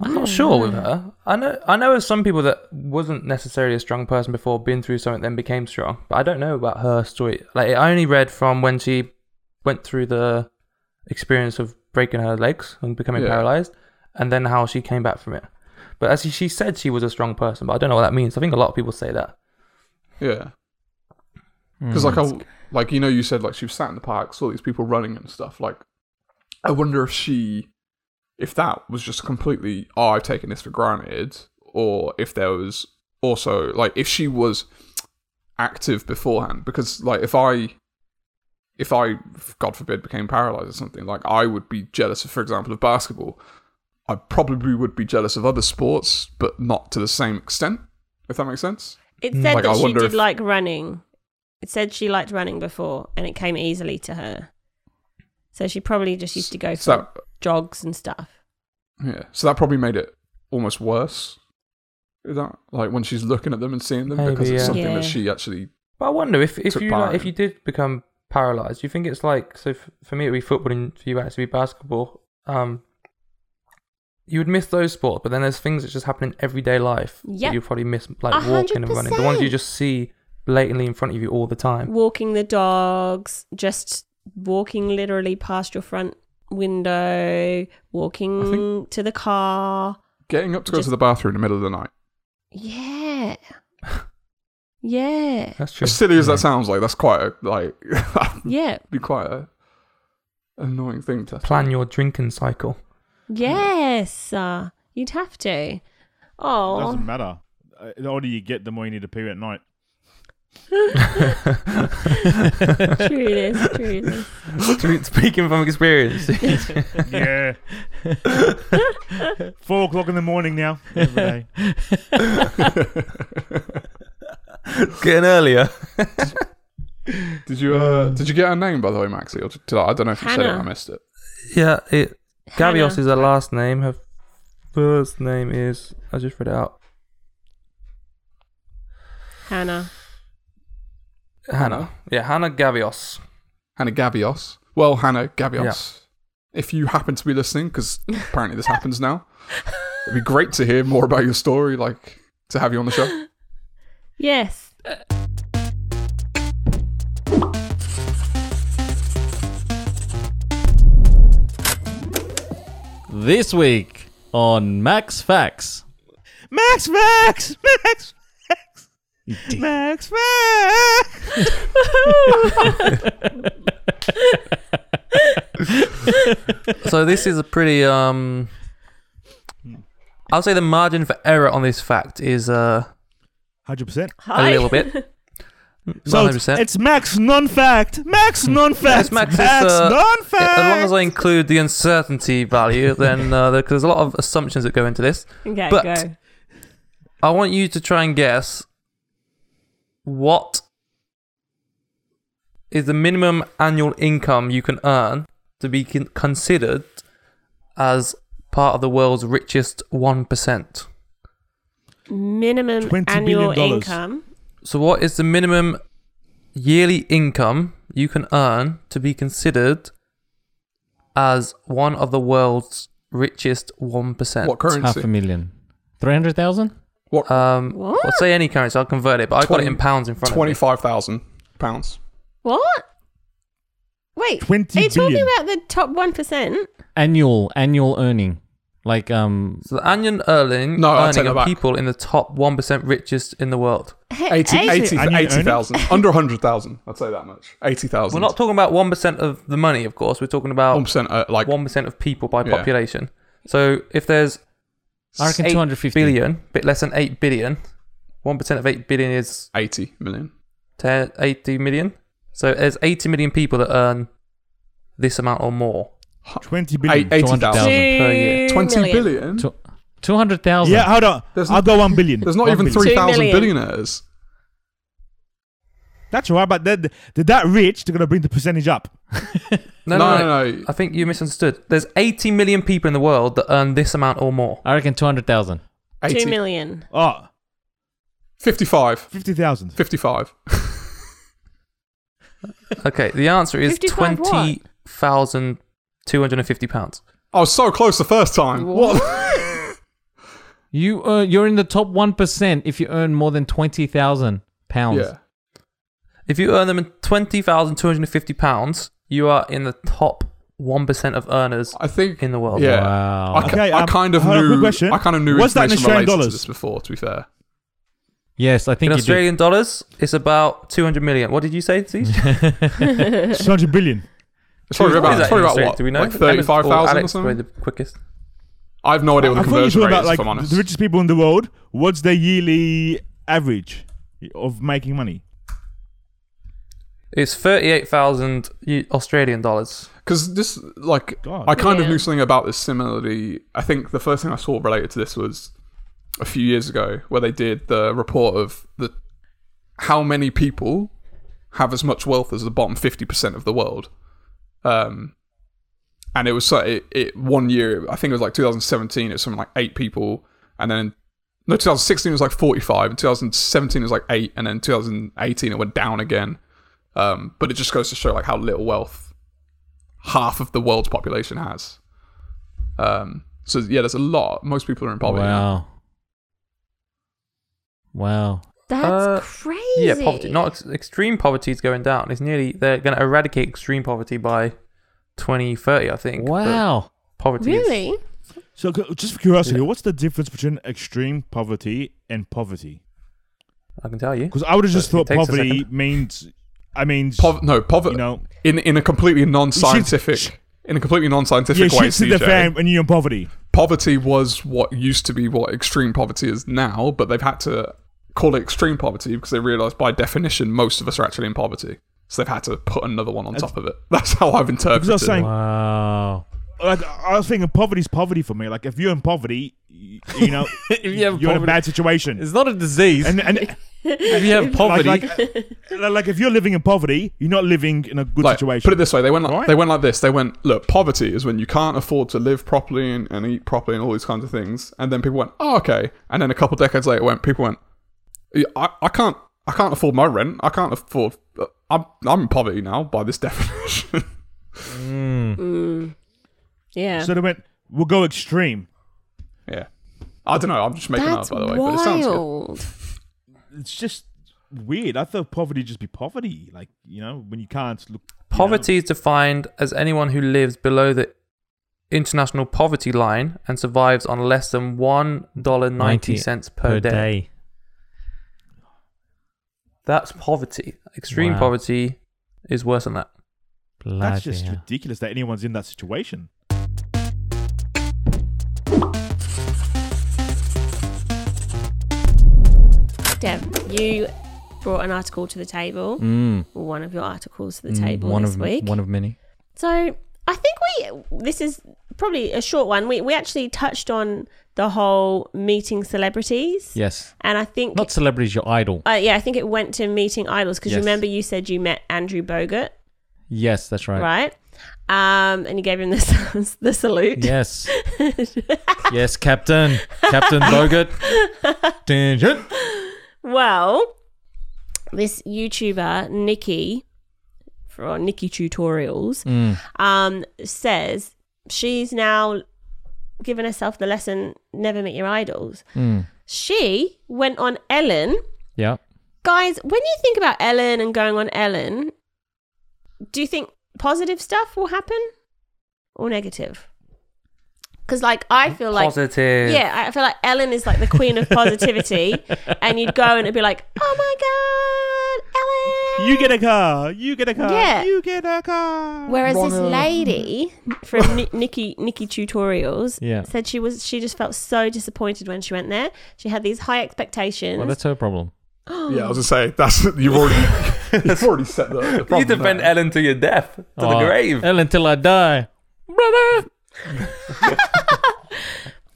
[SPEAKER 4] I'm not sure with her. I know I know of some people that wasn't necessarily a strong person before, been through something, then became strong. But I don't know about her story. Like I only read from when she went through the experience of breaking her legs and becoming
[SPEAKER 5] Yeah.
[SPEAKER 4] paralyzed, and then how she came back from it. But as she- she said, she was a strong person. But I don't know what that means. I think a lot of people say that.
[SPEAKER 5] Yeah, because like I like you know you said like she was sat in the park, saw these people running and stuff. Like, I wonder if she, if that was just completely oh I've taken this for granted, or if there was also like if she was active beforehand. Because like if I. If I, God forbid, became paralyzed or something, like I would be jealous of, for example, of basketball. I probably would be jealous of other sports, but not to the same extent, if that makes sense.
[SPEAKER 3] It said
[SPEAKER 5] Hmm, Like, I
[SPEAKER 3] that she
[SPEAKER 5] wonder
[SPEAKER 3] did
[SPEAKER 5] if-
[SPEAKER 3] like running. It said she liked running before, and it came easily to her. So she probably just used to go for
[SPEAKER 5] So that-
[SPEAKER 3] jogs and stuff.
[SPEAKER 5] Yeah. So that probably made it almost worse. Is that like when she's looking at them and seeing them because
[SPEAKER 4] Maybe,
[SPEAKER 5] it's
[SPEAKER 4] yeah.
[SPEAKER 5] something
[SPEAKER 3] Yeah.
[SPEAKER 5] that she actually
[SPEAKER 4] But I wonder if, if
[SPEAKER 5] Took
[SPEAKER 4] you like,
[SPEAKER 5] part
[SPEAKER 4] if
[SPEAKER 5] in.
[SPEAKER 4] you did become paralyzed, do you think it's like so? F- for me, it'd be football, and for you, it'd actually be basketball. Um, you would miss those sports, but then there's things that just happen in everyday life
[SPEAKER 3] Yep.
[SPEAKER 4] that you probably miss, like
[SPEAKER 3] A hundred
[SPEAKER 4] walking and running. The ones you just see blatantly in front of you all the
[SPEAKER 5] Um,
[SPEAKER 4] time.
[SPEAKER 3] Walking the dogs, just walking literally past your front window, walking
[SPEAKER 5] I think-
[SPEAKER 3] to the car.
[SPEAKER 5] getting up to go
[SPEAKER 3] Just-
[SPEAKER 5] to the bathroom in the middle of the night. <laughs>
[SPEAKER 3] Yeah. Yeah.
[SPEAKER 4] That's true.
[SPEAKER 5] As silly as
[SPEAKER 4] Yeah.
[SPEAKER 5] that sounds, like that's quite a like <laughs>
[SPEAKER 3] Yeah.
[SPEAKER 5] be quite a annoying thing to
[SPEAKER 4] Plan your drinking
[SPEAKER 3] <laughs>
[SPEAKER 4] cycle.
[SPEAKER 3] Yes. Uh, you'd have to.
[SPEAKER 6] It
[SPEAKER 3] Oh.
[SPEAKER 6] doesn't matter. Uh, The older you get, the more you need to pee at <laughs> night.
[SPEAKER 5] <laughs>
[SPEAKER 3] True this, true this.
[SPEAKER 4] Speaking from
[SPEAKER 3] <laughs>
[SPEAKER 4] experience,
[SPEAKER 6] <laughs> Yeah. Four o'clock in the morning now. <laughs> Every day.
[SPEAKER 4] <laughs> getting earlier.
[SPEAKER 5] Did you uh, did you get her name by the way, Maxie? Or did I, I don't know if you said it.
[SPEAKER 3] Hannah.
[SPEAKER 5] I missed it.
[SPEAKER 4] Yeah, it. Gavios
[SPEAKER 3] Hannah.
[SPEAKER 4] is her last name. Her first name is. I just read it out.
[SPEAKER 3] Hannah.
[SPEAKER 4] Hannah. Yeah, Hannah Gavios.
[SPEAKER 5] Hannah Gabios. Well, Hannah Gabios, if you happen to be listening, because apparently this happens now, it'd be great to hear more about your story. Like to have you on
[SPEAKER 4] <laughs>
[SPEAKER 5] the show.
[SPEAKER 3] Yes.
[SPEAKER 2] This week on Max Facts.
[SPEAKER 6] Max, Max, Max, Max, Max, Max.
[SPEAKER 4] So this is a pretty um I'll say the margin for error on this fact is uh
[SPEAKER 6] Hundred percent.
[SPEAKER 3] Hi.
[SPEAKER 4] little bit.
[SPEAKER 6] So
[SPEAKER 4] 100%.
[SPEAKER 6] it's, it's Max
[SPEAKER 4] <laughs>
[SPEAKER 6] non-fact. Max non-fact.
[SPEAKER 4] Yes, Max is, uh, as
[SPEAKER 6] non-fact.
[SPEAKER 4] long as I include the uncertainty value, then uh, there, 'cause there's a lot of assumptions that go into this.
[SPEAKER 3] Okay,
[SPEAKER 4] But-
[SPEAKER 3] go.
[SPEAKER 4] I want you to try and guess what is the minimum annual income you can earn to be con- considered as part of the world's richest one percent.
[SPEAKER 3] Minimum
[SPEAKER 6] $20
[SPEAKER 3] annual
[SPEAKER 6] billion dollars.
[SPEAKER 3] income.
[SPEAKER 4] So, what is the minimum yearly income you can earn to be considered as one of the world's richest one percent?
[SPEAKER 5] What currency?
[SPEAKER 2] Half a million. 300,000?
[SPEAKER 4] Um,
[SPEAKER 3] What?
[SPEAKER 4] I'll say any currency. I'll convert it, but I got it in
[SPEAKER 5] Twenty-
[SPEAKER 4] pounds in front of me.
[SPEAKER 5] Twenty-five thousand pounds.
[SPEAKER 3] What? Wait.
[SPEAKER 6] 20
[SPEAKER 3] are you talking
[SPEAKER 6] billion.
[SPEAKER 3] about the top 1%?
[SPEAKER 2] Annual, annual earning. Like, um,
[SPEAKER 4] So the annual earning,
[SPEAKER 5] No, I'll take
[SPEAKER 4] earning
[SPEAKER 5] that
[SPEAKER 4] of
[SPEAKER 5] back.
[SPEAKER 4] people in the top one percent richest in the world.
[SPEAKER 3] Hey,
[SPEAKER 5] 80
[SPEAKER 3] hey,
[SPEAKER 5] 80
[SPEAKER 6] Annual
[SPEAKER 4] <laughs>
[SPEAKER 6] earnings?
[SPEAKER 5] 80,000. under 100,000. I'd say that much.
[SPEAKER 4] We're
[SPEAKER 5] 80,000.
[SPEAKER 4] not talking about one percent of the money, of course. We're talking about
[SPEAKER 5] 1%, uh, like
[SPEAKER 4] one percent of people by
[SPEAKER 5] Yeah.
[SPEAKER 4] population. So if there's
[SPEAKER 2] I reckon
[SPEAKER 4] eight
[SPEAKER 2] 250.
[SPEAKER 4] billion, bit less than eight billion, one percent of eight billion is
[SPEAKER 5] 80 million.
[SPEAKER 4] 10, 80 million. So there's 80 million people that earn this amount or more.
[SPEAKER 6] Twenty
[SPEAKER 5] Eight-
[SPEAKER 6] billion.
[SPEAKER 5] 80,000.
[SPEAKER 2] 200,000.
[SPEAKER 3] two
[SPEAKER 4] per year.
[SPEAKER 5] 20
[SPEAKER 3] million.
[SPEAKER 5] billion?
[SPEAKER 2] Tw- 200,000.
[SPEAKER 6] Yeah, hold on.
[SPEAKER 5] There's
[SPEAKER 6] I'll
[SPEAKER 5] n-
[SPEAKER 6] go one billion.
[SPEAKER 5] There's not
[SPEAKER 6] One
[SPEAKER 5] even
[SPEAKER 6] billion.
[SPEAKER 5] 3,000
[SPEAKER 3] Two million.
[SPEAKER 5] billionaires.
[SPEAKER 6] That's all right, but they're, they're that rich. They're gonna bring the percentage up.
[SPEAKER 4] No, no,
[SPEAKER 5] No,
[SPEAKER 4] no.
[SPEAKER 5] no, no.
[SPEAKER 4] I think you misunderstood. There's 80 million people in the world that earn this amount or
[SPEAKER 5] <laughs>
[SPEAKER 4] more.
[SPEAKER 2] I reckon 200,000.
[SPEAKER 5] 80.
[SPEAKER 3] 2 million.
[SPEAKER 6] Oh,
[SPEAKER 5] 55.
[SPEAKER 6] <laughs> 50,000.
[SPEAKER 5] 55.
[SPEAKER 4] Okay, the answer is
[SPEAKER 3] 55 what?
[SPEAKER 4] twenty thousand two hundred and fifty pounds.
[SPEAKER 5] I was so close the first time. What?
[SPEAKER 2] You uh, you're in the top one percent if you earn more than twenty thousand pounds.
[SPEAKER 5] yeah.
[SPEAKER 4] If you earn them in twenty thousand two hundred and fifty pounds, you are in the top one percent of earners
[SPEAKER 5] I think.
[SPEAKER 4] in the world.
[SPEAKER 5] Yeah.
[SPEAKER 2] Wow.
[SPEAKER 5] I, ca-
[SPEAKER 6] Okay,
[SPEAKER 5] I
[SPEAKER 6] um,
[SPEAKER 5] kind of
[SPEAKER 6] hold on, quick
[SPEAKER 5] knew.
[SPEAKER 6] question.
[SPEAKER 5] I kind of knew
[SPEAKER 6] What's that in
[SPEAKER 5] information
[SPEAKER 6] Australian
[SPEAKER 5] related to
[SPEAKER 6] dollars?
[SPEAKER 5] this before. To be fair,
[SPEAKER 2] Yes, I think
[SPEAKER 4] In
[SPEAKER 2] you do.
[SPEAKER 4] Australian dollars, it's about two hundred million. What did you say, Siege?
[SPEAKER 6] It's 200 billion.
[SPEAKER 5] it's probably
[SPEAKER 4] What is
[SPEAKER 5] <laughs> about, it's
[SPEAKER 4] that
[SPEAKER 5] probably
[SPEAKER 4] in
[SPEAKER 5] about
[SPEAKER 4] Australia?
[SPEAKER 5] what?
[SPEAKER 4] Do we know?
[SPEAKER 5] Like
[SPEAKER 4] Emma's or
[SPEAKER 5] thirty-five thousand or
[SPEAKER 4] Alex, probably
[SPEAKER 5] something.
[SPEAKER 4] the quickest.
[SPEAKER 5] I have no idea what
[SPEAKER 6] I
[SPEAKER 5] the
[SPEAKER 6] thought you were
[SPEAKER 5] conversion
[SPEAKER 6] talking
[SPEAKER 5] rate
[SPEAKER 6] about
[SPEAKER 5] is.
[SPEAKER 6] like
[SPEAKER 5] if I'm honest,
[SPEAKER 6] the richest people in the world. What's their yearly average of making money?
[SPEAKER 4] It's thirty-eight thousand Australian dollars.
[SPEAKER 5] because this like
[SPEAKER 6] God.
[SPEAKER 5] I kind of
[SPEAKER 3] Yeah.
[SPEAKER 5] knew something about this similarly. I think the first thing I saw related to this was a few years ago where they did the report of the how many people have as much wealth as the bottom 50% of the world. Um, and it was so it, it one year, I think it was like 2017, it was something like eight people. And then, no, 2016 was like 45, and 2017 was like eight, and then 2018 it went down again. Um, but it just goes to show like how little wealth half of the world's population has. Um, so yeah, there's a lot. Most people are in poverty. now.
[SPEAKER 2] wow. Wow.
[SPEAKER 3] That's
[SPEAKER 4] Uh,
[SPEAKER 3] crazy.
[SPEAKER 4] Yeah, poverty. Not ex- extreme poverty is going down. It's nearly they're going to eradicate extreme poverty by 2030, I think. but
[SPEAKER 2] Wow.
[SPEAKER 4] Poverty. is-
[SPEAKER 3] really.
[SPEAKER 6] So, c- just for curiosity, what's the difference between extreme poverty and poverty?
[SPEAKER 4] I can tell you.
[SPEAKER 6] Because I would have just
[SPEAKER 4] But it
[SPEAKER 6] thought
[SPEAKER 4] takes a
[SPEAKER 6] poverty
[SPEAKER 4] second.
[SPEAKER 6] means, I mean,
[SPEAKER 5] Pov- no, poverty.
[SPEAKER 6] you know,
[SPEAKER 5] in in a completely non-scientific
[SPEAKER 6] Shit-
[SPEAKER 5] in a completely
[SPEAKER 6] yeah,
[SPEAKER 5] non-scientific way.
[SPEAKER 6] shit to the
[SPEAKER 5] CJ,
[SPEAKER 6] fan when you're in poverty.
[SPEAKER 5] Poverty was what used to be what extreme poverty is now, but they've had to call it extreme poverty because they realised by definition most of us are actually in poverty. So they've had to put another one on top of it. <laughs> That's how I've interpreted.
[SPEAKER 6] Because I was
[SPEAKER 5] it.
[SPEAKER 6] saying,
[SPEAKER 2] Wow.
[SPEAKER 6] like, I was thinking poverty's poverty for me. Like, if you're in poverty, y-
[SPEAKER 5] <laughs>
[SPEAKER 6] you know,
[SPEAKER 2] If you have
[SPEAKER 6] you're in a
[SPEAKER 2] poverty-
[SPEAKER 6] bad situation.
[SPEAKER 2] It's not a disease.
[SPEAKER 6] And, and
[SPEAKER 2] if you have
[SPEAKER 6] like,
[SPEAKER 2] poverty,
[SPEAKER 6] like, like, if you're living in poverty, you're not living in a good
[SPEAKER 5] like,
[SPEAKER 6] situation.
[SPEAKER 5] put it this way: they went like,
[SPEAKER 6] Right.
[SPEAKER 5] they went like this. They went, look, poverty is when you can't afford to live properly and, and eat properly and all these kinds of things. And then people went, oh, okay. And then a couple decades later, went people went, "Yeah, I, I can't I can't afford my rent. I can't afford. I'm I'm in poverty now by this <laughs> definition.
[SPEAKER 3] Yeah.
[SPEAKER 6] So they went, we'll go extreme.
[SPEAKER 5] yeah, I don't know. I'm just making
[SPEAKER 3] That's
[SPEAKER 5] that up by the way, but it
[SPEAKER 3] <gasps>
[SPEAKER 5] sounds good.
[SPEAKER 3] wild.
[SPEAKER 6] It's just weird. I thought poverty just be poverty, like you know, when you can't look. you
[SPEAKER 4] Poverty is defined as anyone who lives below the international poverty line and survives on less than one dollar ninety cents per,
[SPEAKER 2] per
[SPEAKER 4] day.
[SPEAKER 2] day.
[SPEAKER 4] That's poverty. Extreme
[SPEAKER 2] Wow.
[SPEAKER 4] poverty is worse than that.
[SPEAKER 6] know,
[SPEAKER 2] Bloody
[SPEAKER 6] that's just
[SPEAKER 2] hell.
[SPEAKER 6] ridiculous that anyone's in that situation.
[SPEAKER 3] Deb, you brought an article to the table.
[SPEAKER 2] Mm.
[SPEAKER 3] One of your articles to the
[SPEAKER 2] Mm,
[SPEAKER 3] table
[SPEAKER 2] one
[SPEAKER 3] this
[SPEAKER 2] of
[SPEAKER 3] week.
[SPEAKER 2] one of many.
[SPEAKER 3] So I think we this is probably a short one. We we actually touched on the whole meeting celebrities,
[SPEAKER 2] Yes.
[SPEAKER 3] and I think
[SPEAKER 2] Not celebrities, your idol.
[SPEAKER 3] uh, yeah, I think it went to meeting idols because
[SPEAKER 2] Yes.
[SPEAKER 3] remember you said you met Andrew Bogut,
[SPEAKER 2] Yes, that's right.
[SPEAKER 3] right? Um, and you gave him the <laughs> the salute. <laughs>
[SPEAKER 2] Yes. yes, Captain. Captain
[SPEAKER 3] <laughs>
[SPEAKER 2] Bogut. Tangent.
[SPEAKER 3] Well, this YouTuber Nikki for Nikki Tutorials
[SPEAKER 2] Mm.
[SPEAKER 3] um, says she's now given herself the lesson: never meet your idols.
[SPEAKER 2] Mm.
[SPEAKER 3] she went on Ellen.
[SPEAKER 2] Yeah.
[SPEAKER 3] Guys, when you think about Ellen and going on Ellen, do you think positive stuff will happen or negative? Because, like, I
[SPEAKER 6] Mm,
[SPEAKER 3] feel like.
[SPEAKER 4] Positive.
[SPEAKER 3] Yeah, I feel like Ellen is like the queen of positivity,
[SPEAKER 6] <laughs>
[SPEAKER 3] and you'd go and it'd be like, "Oh my god, Ellen!"
[SPEAKER 6] You get a car. You get a car.
[SPEAKER 3] Yeah.
[SPEAKER 6] You get a car.
[SPEAKER 3] Whereas this
[SPEAKER 5] Wrong.
[SPEAKER 3] lady <laughs> from Ni- Nikki Nikki Tutorials
[SPEAKER 2] Yeah.
[SPEAKER 3] said she was she just felt so disappointed when she went there. She had these high expectations.
[SPEAKER 2] Well, that's her problem.
[SPEAKER 5] Yeah, I was gonna say that's you've already <laughs> you've already set the, the
[SPEAKER 4] You
[SPEAKER 5] problem
[SPEAKER 4] defend
[SPEAKER 5] there.
[SPEAKER 4] Ellen to your death, to
[SPEAKER 2] Oh,
[SPEAKER 4] the grave.
[SPEAKER 2] Hell until I die. Brother.
[SPEAKER 3] <laughs>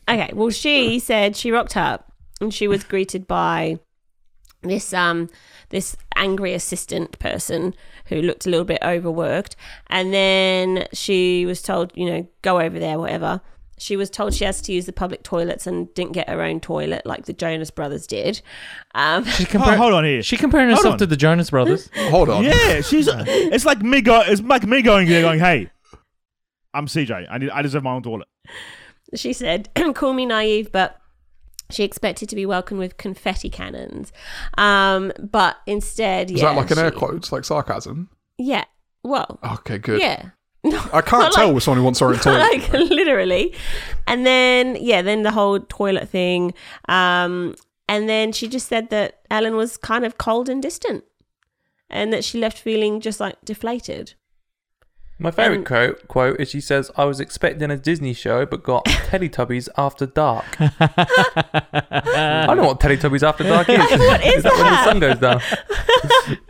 [SPEAKER 3] Okay, well, she said she rocked up and she was greeted by this um this angry assistant person who looked a little bit overworked, and then she was told, you know, go over there, whatever. She was told she has to use the public toilets and didn't get her own toilet like the Jonas brothers did. Um,
[SPEAKER 2] She
[SPEAKER 6] Oh,
[SPEAKER 2] compar-
[SPEAKER 6] hold on here.
[SPEAKER 2] She comparing
[SPEAKER 6] Hold
[SPEAKER 2] herself
[SPEAKER 6] on.
[SPEAKER 2] to the Jonas Brothers.
[SPEAKER 5] Hold on.
[SPEAKER 6] Yeah, she's. It's like me go. It's like me going there, going, "Hey, I'm CJ. I need. I deserve my own toilet."
[SPEAKER 3] she said, <clears throat> call me naive, but she expected to be welcomed with confetti cannons. Um, but instead,
[SPEAKER 5] Is
[SPEAKER 3] yeah,
[SPEAKER 5] that like an air
[SPEAKER 3] she-
[SPEAKER 5] quotes, like sarcasm?
[SPEAKER 3] Yeah. Well,
[SPEAKER 5] Okay, good.
[SPEAKER 3] yeah. <laughs> No,
[SPEAKER 5] I
[SPEAKER 3] <laughs>
[SPEAKER 5] can't
[SPEAKER 3] not
[SPEAKER 5] tell
[SPEAKER 3] like-
[SPEAKER 5] which one who wants her in toilet.
[SPEAKER 3] like literally. And then yeah, then the whole toilet thing. Um, and then she just said that Ellen was kind of cold and distant, and that she left feeling just like
[SPEAKER 5] <laughs>
[SPEAKER 3] deflated.
[SPEAKER 4] My favorite
[SPEAKER 3] And-
[SPEAKER 4] quote, quote is she says, "I was expecting a Disney show, but
[SPEAKER 3] <laughs>
[SPEAKER 4] got Teletubbies after dark." I don't know what Teletubbies after
[SPEAKER 3] <laughs>
[SPEAKER 4] dark is.
[SPEAKER 3] What is
[SPEAKER 4] is that, when the
[SPEAKER 3] that?
[SPEAKER 4] sun goes
[SPEAKER 3] <laughs>
[SPEAKER 4] down?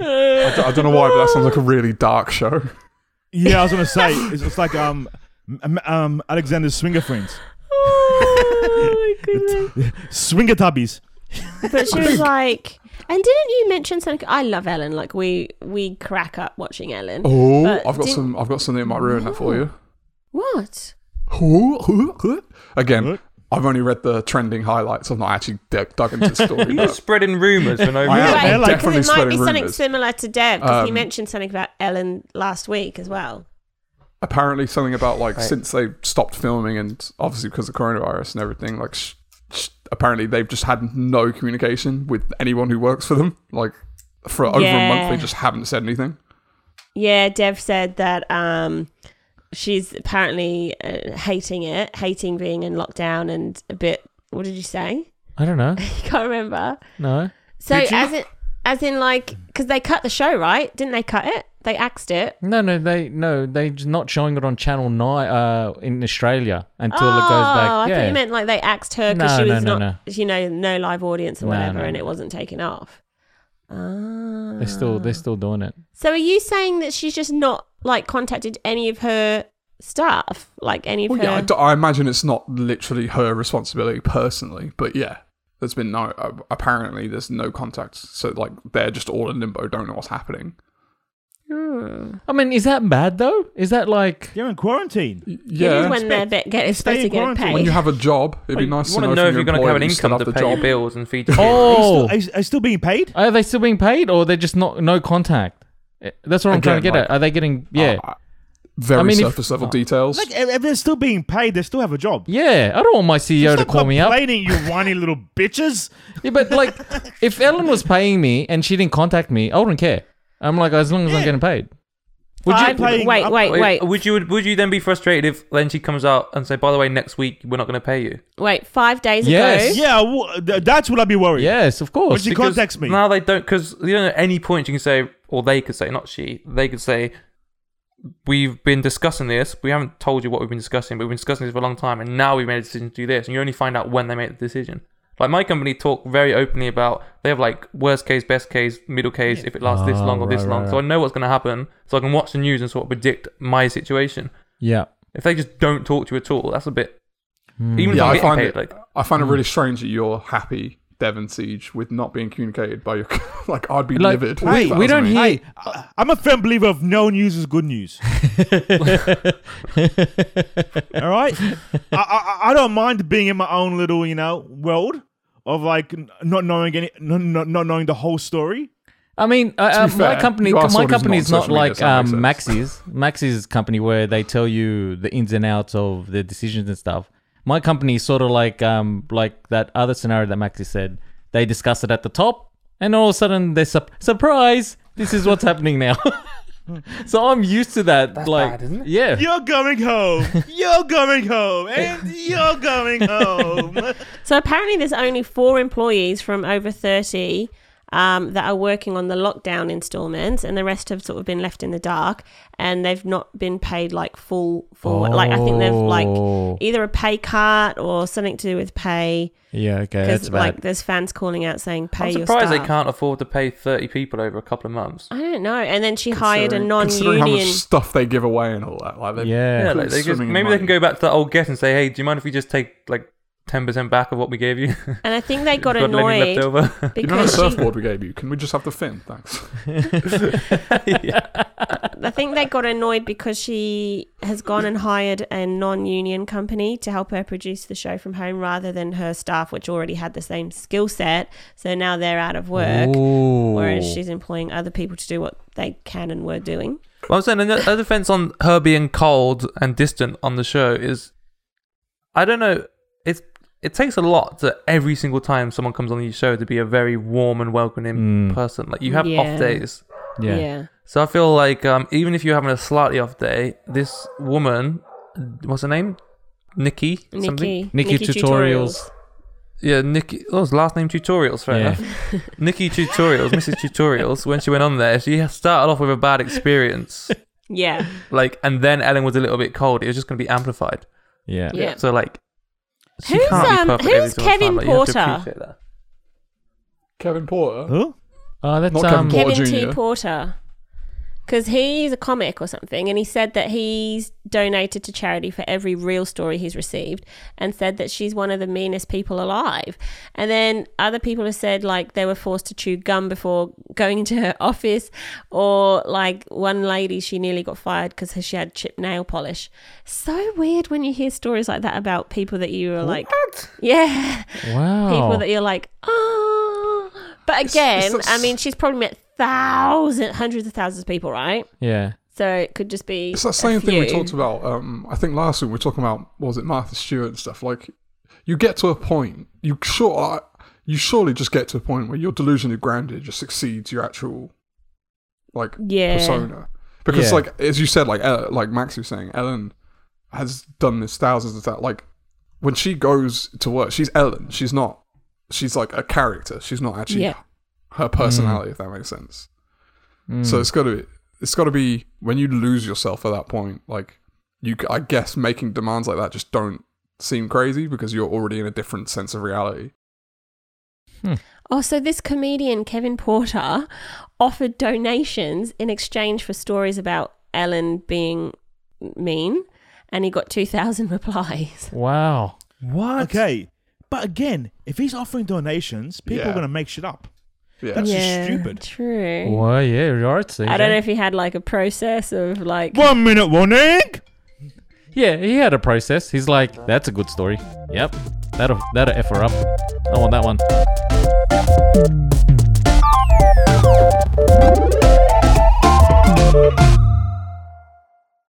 [SPEAKER 5] I don't, I don't know why, but that sounds like a really dark show.
[SPEAKER 6] Yeah, I was
[SPEAKER 2] <laughs>
[SPEAKER 6] gonna say it's, it's like um, um, um, Alexander's swinger friends,
[SPEAKER 3] Oh my goodness.
[SPEAKER 6] swinger tubbies.
[SPEAKER 3] But she
[SPEAKER 5] <laughs>
[SPEAKER 3] was like, and didn't you mention something? I love Ellen. Like we we crack up watching Ellen. <laughs>
[SPEAKER 5] Oh,
[SPEAKER 3] But
[SPEAKER 5] I've got
[SPEAKER 3] did-
[SPEAKER 5] some. I've got something in my ruin that for you.
[SPEAKER 3] What?
[SPEAKER 5] Again,
[SPEAKER 6] What?
[SPEAKER 5] I've only read the trending highlights. I've not actually d- dug into the
[SPEAKER 4] <laughs>
[SPEAKER 5] story.
[SPEAKER 4] You're
[SPEAKER 5] but
[SPEAKER 4] spreading rumors for no
[SPEAKER 5] I am.
[SPEAKER 4] reason.
[SPEAKER 5] they're
[SPEAKER 3] Right,
[SPEAKER 5] like-
[SPEAKER 3] because it might
[SPEAKER 5] definitely
[SPEAKER 3] be
[SPEAKER 5] spreading
[SPEAKER 3] something
[SPEAKER 5] rumours.
[SPEAKER 3] similar to Deb because he
[SPEAKER 5] Um,
[SPEAKER 3] mentioned something about Ellen last week as well.
[SPEAKER 5] apparently, something about like
[SPEAKER 4] Right.
[SPEAKER 5] since they stopped filming, and obviously because of coronavirus and everything, like sh- sh- apparently they've just had no communication with anyone who works for them. Like for over a month,
[SPEAKER 3] Yeah.
[SPEAKER 5] they just haven't said anything.
[SPEAKER 3] Yeah, Dev said that um, she's apparently uh, hating it, hating being in lockdown and a bit. What did you say? <laughs>
[SPEAKER 2] I don't know.
[SPEAKER 3] You can't remember.
[SPEAKER 2] No.
[SPEAKER 3] So
[SPEAKER 6] Did you?
[SPEAKER 3] as in, as in like, because they cut the show, right? Didn't they cut it? They axed it.
[SPEAKER 2] No, no, they no, they just not showing it on Channel Nine uh, in Australia until it goes back.
[SPEAKER 3] Oh, I
[SPEAKER 2] yeah.
[SPEAKER 3] thought you meant like they axed her because
[SPEAKER 2] No,
[SPEAKER 3] she
[SPEAKER 2] no,
[SPEAKER 3] was
[SPEAKER 2] no,
[SPEAKER 3] not, you know, no live audience or
[SPEAKER 2] No,
[SPEAKER 3] whatever,
[SPEAKER 2] no,
[SPEAKER 3] and
[SPEAKER 2] no.
[SPEAKER 3] it wasn't taken off. Ah.
[SPEAKER 2] they're still they're still doing it.
[SPEAKER 3] So are you saying that she's just not like contacted any of her staff, like any of
[SPEAKER 5] Well,
[SPEAKER 3] her?
[SPEAKER 5] yeah, I, d- I imagine it's not literally her responsibility personally, but yeah, there's been no. Uh, apparently, there's no contact, so like they're just all in limbo, don't know what's happening.
[SPEAKER 3] Hmm.
[SPEAKER 2] I mean, is that bad though? Is that like
[SPEAKER 6] You're in quarantine.
[SPEAKER 5] Y-
[SPEAKER 3] it is
[SPEAKER 5] Yeah, when,
[SPEAKER 3] when they're be- get, supposed
[SPEAKER 6] in
[SPEAKER 3] to get
[SPEAKER 6] quarantine.
[SPEAKER 3] paid.
[SPEAKER 6] When
[SPEAKER 5] you have a job, it'd be
[SPEAKER 6] You
[SPEAKER 5] nice
[SPEAKER 4] You
[SPEAKER 5] to
[SPEAKER 4] want to
[SPEAKER 5] know,
[SPEAKER 4] know
[SPEAKER 5] if
[SPEAKER 4] if you're going to have an income to
[SPEAKER 5] the
[SPEAKER 4] pay
[SPEAKER 5] job.
[SPEAKER 4] your bills and feed your kids.
[SPEAKER 6] Oh,
[SPEAKER 2] oh
[SPEAKER 6] are you still, are you- are you still being paid?
[SPEAKER 2] are they still being paid or they're just not no contact? Eh, That's what I'm trying to
[SPEAKER 5] Again,
[SPEAKER 2] get
[SPEAKER 5] like-
[SPEAKER 2] at. Are they getting yeah
[SPEAKER 6] Ah.
[SPEAKER 5] Uh, very
[SPEAKER 2] I mean, if-
[SPEAKER 5] surface level
[SPEAKER 4] Oh.
[SPEAKER 5] details.
[SPEAKER 6] Like if if they're still being paid, they still have a job.
[SPEAKER 2] yeah? I don't want my CEO to
[SPEAKER 6] Stop
[SPEAKER 2] call me up.
[SPEAKER 6] complaining, you whiny little bitches.
[SPEAKER 2] Yeah, but
[SPEAKER 6] <laughs>
[SPEAKER 2] like, if Ellen was paying me and she didn't contact me, I wouldn't care. I'm like, as long as I'm getting paid. Would
[SPEAKER 6] Five
[SPEAKER 2] you?
[SPEAKER 6] pla- playing
[SPEAKER 3] wait,
[SPEAKER 6] up-
[SPEAKER 3] wait, wait, wait,
[SPEAKER 4] Would you would you then be frustrated if then she comes out and say, "By the way, next week we're not going to pay you"?
[SPEAKER 3] Five days
[SPEAKER 2] Yes.
[SPEAKER 3] ago,
[SPEAKER 6] Yeah, I w- th- that's what I'd be worried.
[SPEAKER 2] Yes, of
[SPEAKER 6] When
[SPEAKER 2] course.
[SPEAKER 6] she
[SPEAKER 4] Because
[SPEAKER 6] contacts me.
[SPEAKER 4] Now they don't because you know at any point you can say, or they could say, not she, they could say, "We've been discussing this. We haven't told you what we've been discussing, but we've been discussing this for a long time, and now we've made a decision to do this." And you only find out when they make the decision. Like my company talk very openly about they have like worst case, best case, middle case, if it lasts this
[SPEAKER 2] Ah,
[SPEAKER 4] long or this
[SPEAKER 2] right,
[SPEAKER 4] long.
[SPEAKER 2] right,
[SPEAKER 4] So I
[SPEAKER 2] right.
[SPEAKER 4] know what's going to happen, so I can watch the news and sort of predict my situation.
[SPEAKER 2] yeah.
[SPEAKER 4] If they just don't talk to you at all, that's a bit. Even
[SPEAKER 5] yeah,
[SPEAKER 4] if I'm
[SPEAKER 5] I
[SPEAKER 4] getting
[SPEAKER 5] find
[SPEAKER 4] paid,
[SPEAKER 5] it.
[SPEAKER 4] like mm.
[SPEAKER 5] I find it really strange that you're happy, Devon Siege, with not being communicated by your. <laughs> like I'd be
[SPEAKER 2] Like,
[SPEAKER 5] livid.
[SPEAKER 2] we-
[SPEAKER 5] if that
[SPEAKER 2] we
[SPEAKER 5] was
[SPEAKER 2] don't
[SPEAKER 5] me.
[SPEAKER 2] hear-
[SPEAKER 6] Hey, I- I'm a firm believer of no news is good <laughs> news. All right, I, I I don't mind being in my own little you know world of like n- not knowing any not, not, not knowing the whole story.
[SPEAKER 2] I mean, uh,
[SPEAKER 5] To
[SPEAKER 2] uh,
[SPEAKER 5] be
[SPEAKER 2] my
[SPEAKER 5] fair,
[SPEAKER 2] company,
[SPEAKER 5] you are
[SPEAKER 2] my
[SPEAKER 5] sort of
[SPEAKER 2] company
[SPEAKER 5] not
[SPEAKER 2] is not
[SPEAKER 5] social media,
[SPEAKER 2] like
[SPEAKER 5] so that makes
[SPEAKER 2] um,
[SPEAKER 5] sense.
[SPEAKER 2] Maxi's. Maxi's company where they tell you the ins and outs of the decisions and stuff. My company is sort of like um, like that other scenario that Maxi said. They discuss it at the top, and all of a sudden, they're sup- surprise. This is what's happening now. <laughs> so I'm used to that. like,
[SPEAKER 4] bad, isn't it?
[SPEAKER 2] yeah,
[SPEAKER 6] You're going <laughs> home. You're going home, and you're <laughs> going home.
[SPEAKER 3] so apparently there's only four employees from over thirty um, that are working on the lockdown installments, and the rest have sort of been left in the dark, and they've not been paid like full for. Like I think they've
[SPEAKER 2] Oh.
[SPEAKER 3] like either a pay cut or something to do with pay,
[SPEAKER 2] yeah. Okay,
[SPEAKER 3] because
[SPEAKER 2] that's bad.
[SPEAKER 3] like there's fans calling out saying pay
[SPEAKER 4] I'm
[SPEAKER 3] your
[SPEAKER 4] surprised they
[SPEAKER 3] staff."
[SPEAKER 4] can't afford to pay 30 people over a couple of months.
[SPEAKER 3] I don't know. And then she hired a
[SPEAKER 5] Considering- Considering how much
[SPEAKER 3] non-union.
[SPEAKER 5] stuff they give away and all that. Like, they-
[SPEAKER 2] yeah.
[SPEAKER 4] Yeah,
[SPEAKER 5] Cool,
[SPEAKER 4] like they just,
[SPEAKER 5] swimming in
[SPEAKER 4] maybe they can
[SPEAKER 5] money.
[SPEAKER 4] go back to that old guest and say, "Hey, do you mind if we just take like ten percent back of what we gave you.
[SPEAKER 3] And
[SPEAKER 4] <laughs>
[SPEAKER 3] I think they got
[SPEAKER 4] You've anything left
[SPEAKER 3] annoyed
[SPEAKER 4] over.
[SPEAKER 5] You know the
[SPEAKER 3] because she,
[SPEAKER 5] surfboard we gave you. Can we just have the fin? Thanks.
[SPEAKER 2] <laughs>
[SPEAKER 3] <laughs> I think they got annoyed because she has gone and hired a non-union company to help her produce the show from home rather than her staff, which already had the same skill set. So now they're out of work,
[SPEAKER 2] Ooh.
[SPEAKER 3] whereas she's employing other people to do what they can and were doing.
[SPEAKER 4] <laughs> Well, I'm saying another defense on her being cold and distant on the show is, I don't know. It's it takes a lot to every single time someone comes on your show to be a very warm and welcoming
[SPEAKER 2] Mm.
[SPEAKER 4] person. Like you have
[SPEAKER 3] Yeah.
[SPEAKER 4] off days,
[SPEAKER 2] yeah.
[SPEAKER 4] so I feel like um, even if you're having a slightly off day, this woman, what's her name, Nikki, something,
[SPEAKER 3] Nikki,
[SPEAKER 2] Nikki tutorials.
[SPEAKER 4] yeah, Nikki. Oh, it's last name tutorials, fair
[SPEAKER 2] Yeah.
[SPEAKER 4] enough. Nikki tutorials, Mrs. Tutorials. When she went on there, she started off with a bad experience.
[SPEAKER 3] Yeah,
[SPEAKER 4] like and then Ellen was a little bit cold, it was just going to be amplified.
[SPEAKER 2] Yeah.
[SPEAKER 3] yeah.
[SPEAKER 4] So like, she
[SPEAKER 3] Who's,
[SPEAKER 4] can't be
[SPEAKER 3] um,
[SPEAKER 4] perfect
[SPEAKER 3] who's
[SPEAKER 4] every single time,
[SPEAKER 3] Kevin
[SPEAKER 4] like, you have to
[SPEAKER 3] Porter?
[SPEAKER 4] appreciate that.
[SPEAKER 5] Kevin Porter.
[SPEAKER 6] Who?
[SPEAKER 2] Oh, that's
[SPEAKER 5] Not Kevin
[SPEAKER 2] um,
[SPEAKER 5] Porter.
[SPEAKER 3] Kevin T.
[SPEAKER 5] Junior.
[SPEAKER 3] Porter. Because he's a comic or something, and he said that he's donated to charity for every real story he's received, and said that she's one of the meanest people alive. And then other people have said, like, they were forced to chew gum before going into her office, or like one lady, she nearly got fired because she had chip nail polish. So weird when you hear stories like that about people that you are like, yeah,
[SPEAKER 2] wow.
[SPEAKER 3] people that you're like, oh. But
[SPEAKER 5] It's-
[SPEAKER 3] again,
[SPEAKER 5] it's that
[SPEAKER 3] I mean, she's probably met thousands, hundreds of thousands of people, right?
[SPEAKER 2] yeah.
[SPEAKER 3] So it could just be.
[SPEAKER 5] It's that same thing we talked about. Um, I think last week we were talking about what was it Martha Stewart and stuff. Like, you get to a point. You sure. uh, You surely just get to a point where your delusion of grandeur just exceeds your actual, like,
[SPEAKER 3] Yeah.
[SPEAKER 5] persona. Because,
[SPEAKER 2] Yeah.
[SPEAKER 5] like, as you said, like, uh, like Max was saying, Ellen has done this thousands of times. Like, when she goes to work, she's Ellen. She's not. She's like a character. She's not actually
[SPEAKER 3] Yeah.
[SPEAKER 5] her personality. If that makes sense.
[SPEAKER 2] Mm.
[SPEAKER 5] So it's got to it's got to be when you lose yourself at that point. Like you, c- I guess making demands like that just don't seem crazy because you're already in a different sense of reality.
[SPEAKER 3] Oh, so this comedian, Kevin Porter, offered donations in exchange for stories about Ellen being mean, and he got 2,000 <laughs> replies.
[SPEAKER 2] wow.
[SPEAKER 4] What?
[SPEAKER 6] Okay. But again, if he's offering donations, people
[SPEAKER 5] Yeah.
[SPEAKER 6] are going to make shit up.
[SPEAKER 5] Yeah,
[SPEAKER 6] That's- just stupid.
[SPEAKER 3] True.
[SPEAKER 2] Well, yeah, you're right. CJ.
[SPEAKER 3] I don't know if he had like a process of like.
[SPEAKER 6] One minute, one egg.
[SPEAKER 2] Yeah, he had a process. He's like, that's a good story. Yep, that'll that'll f her up. I want that one.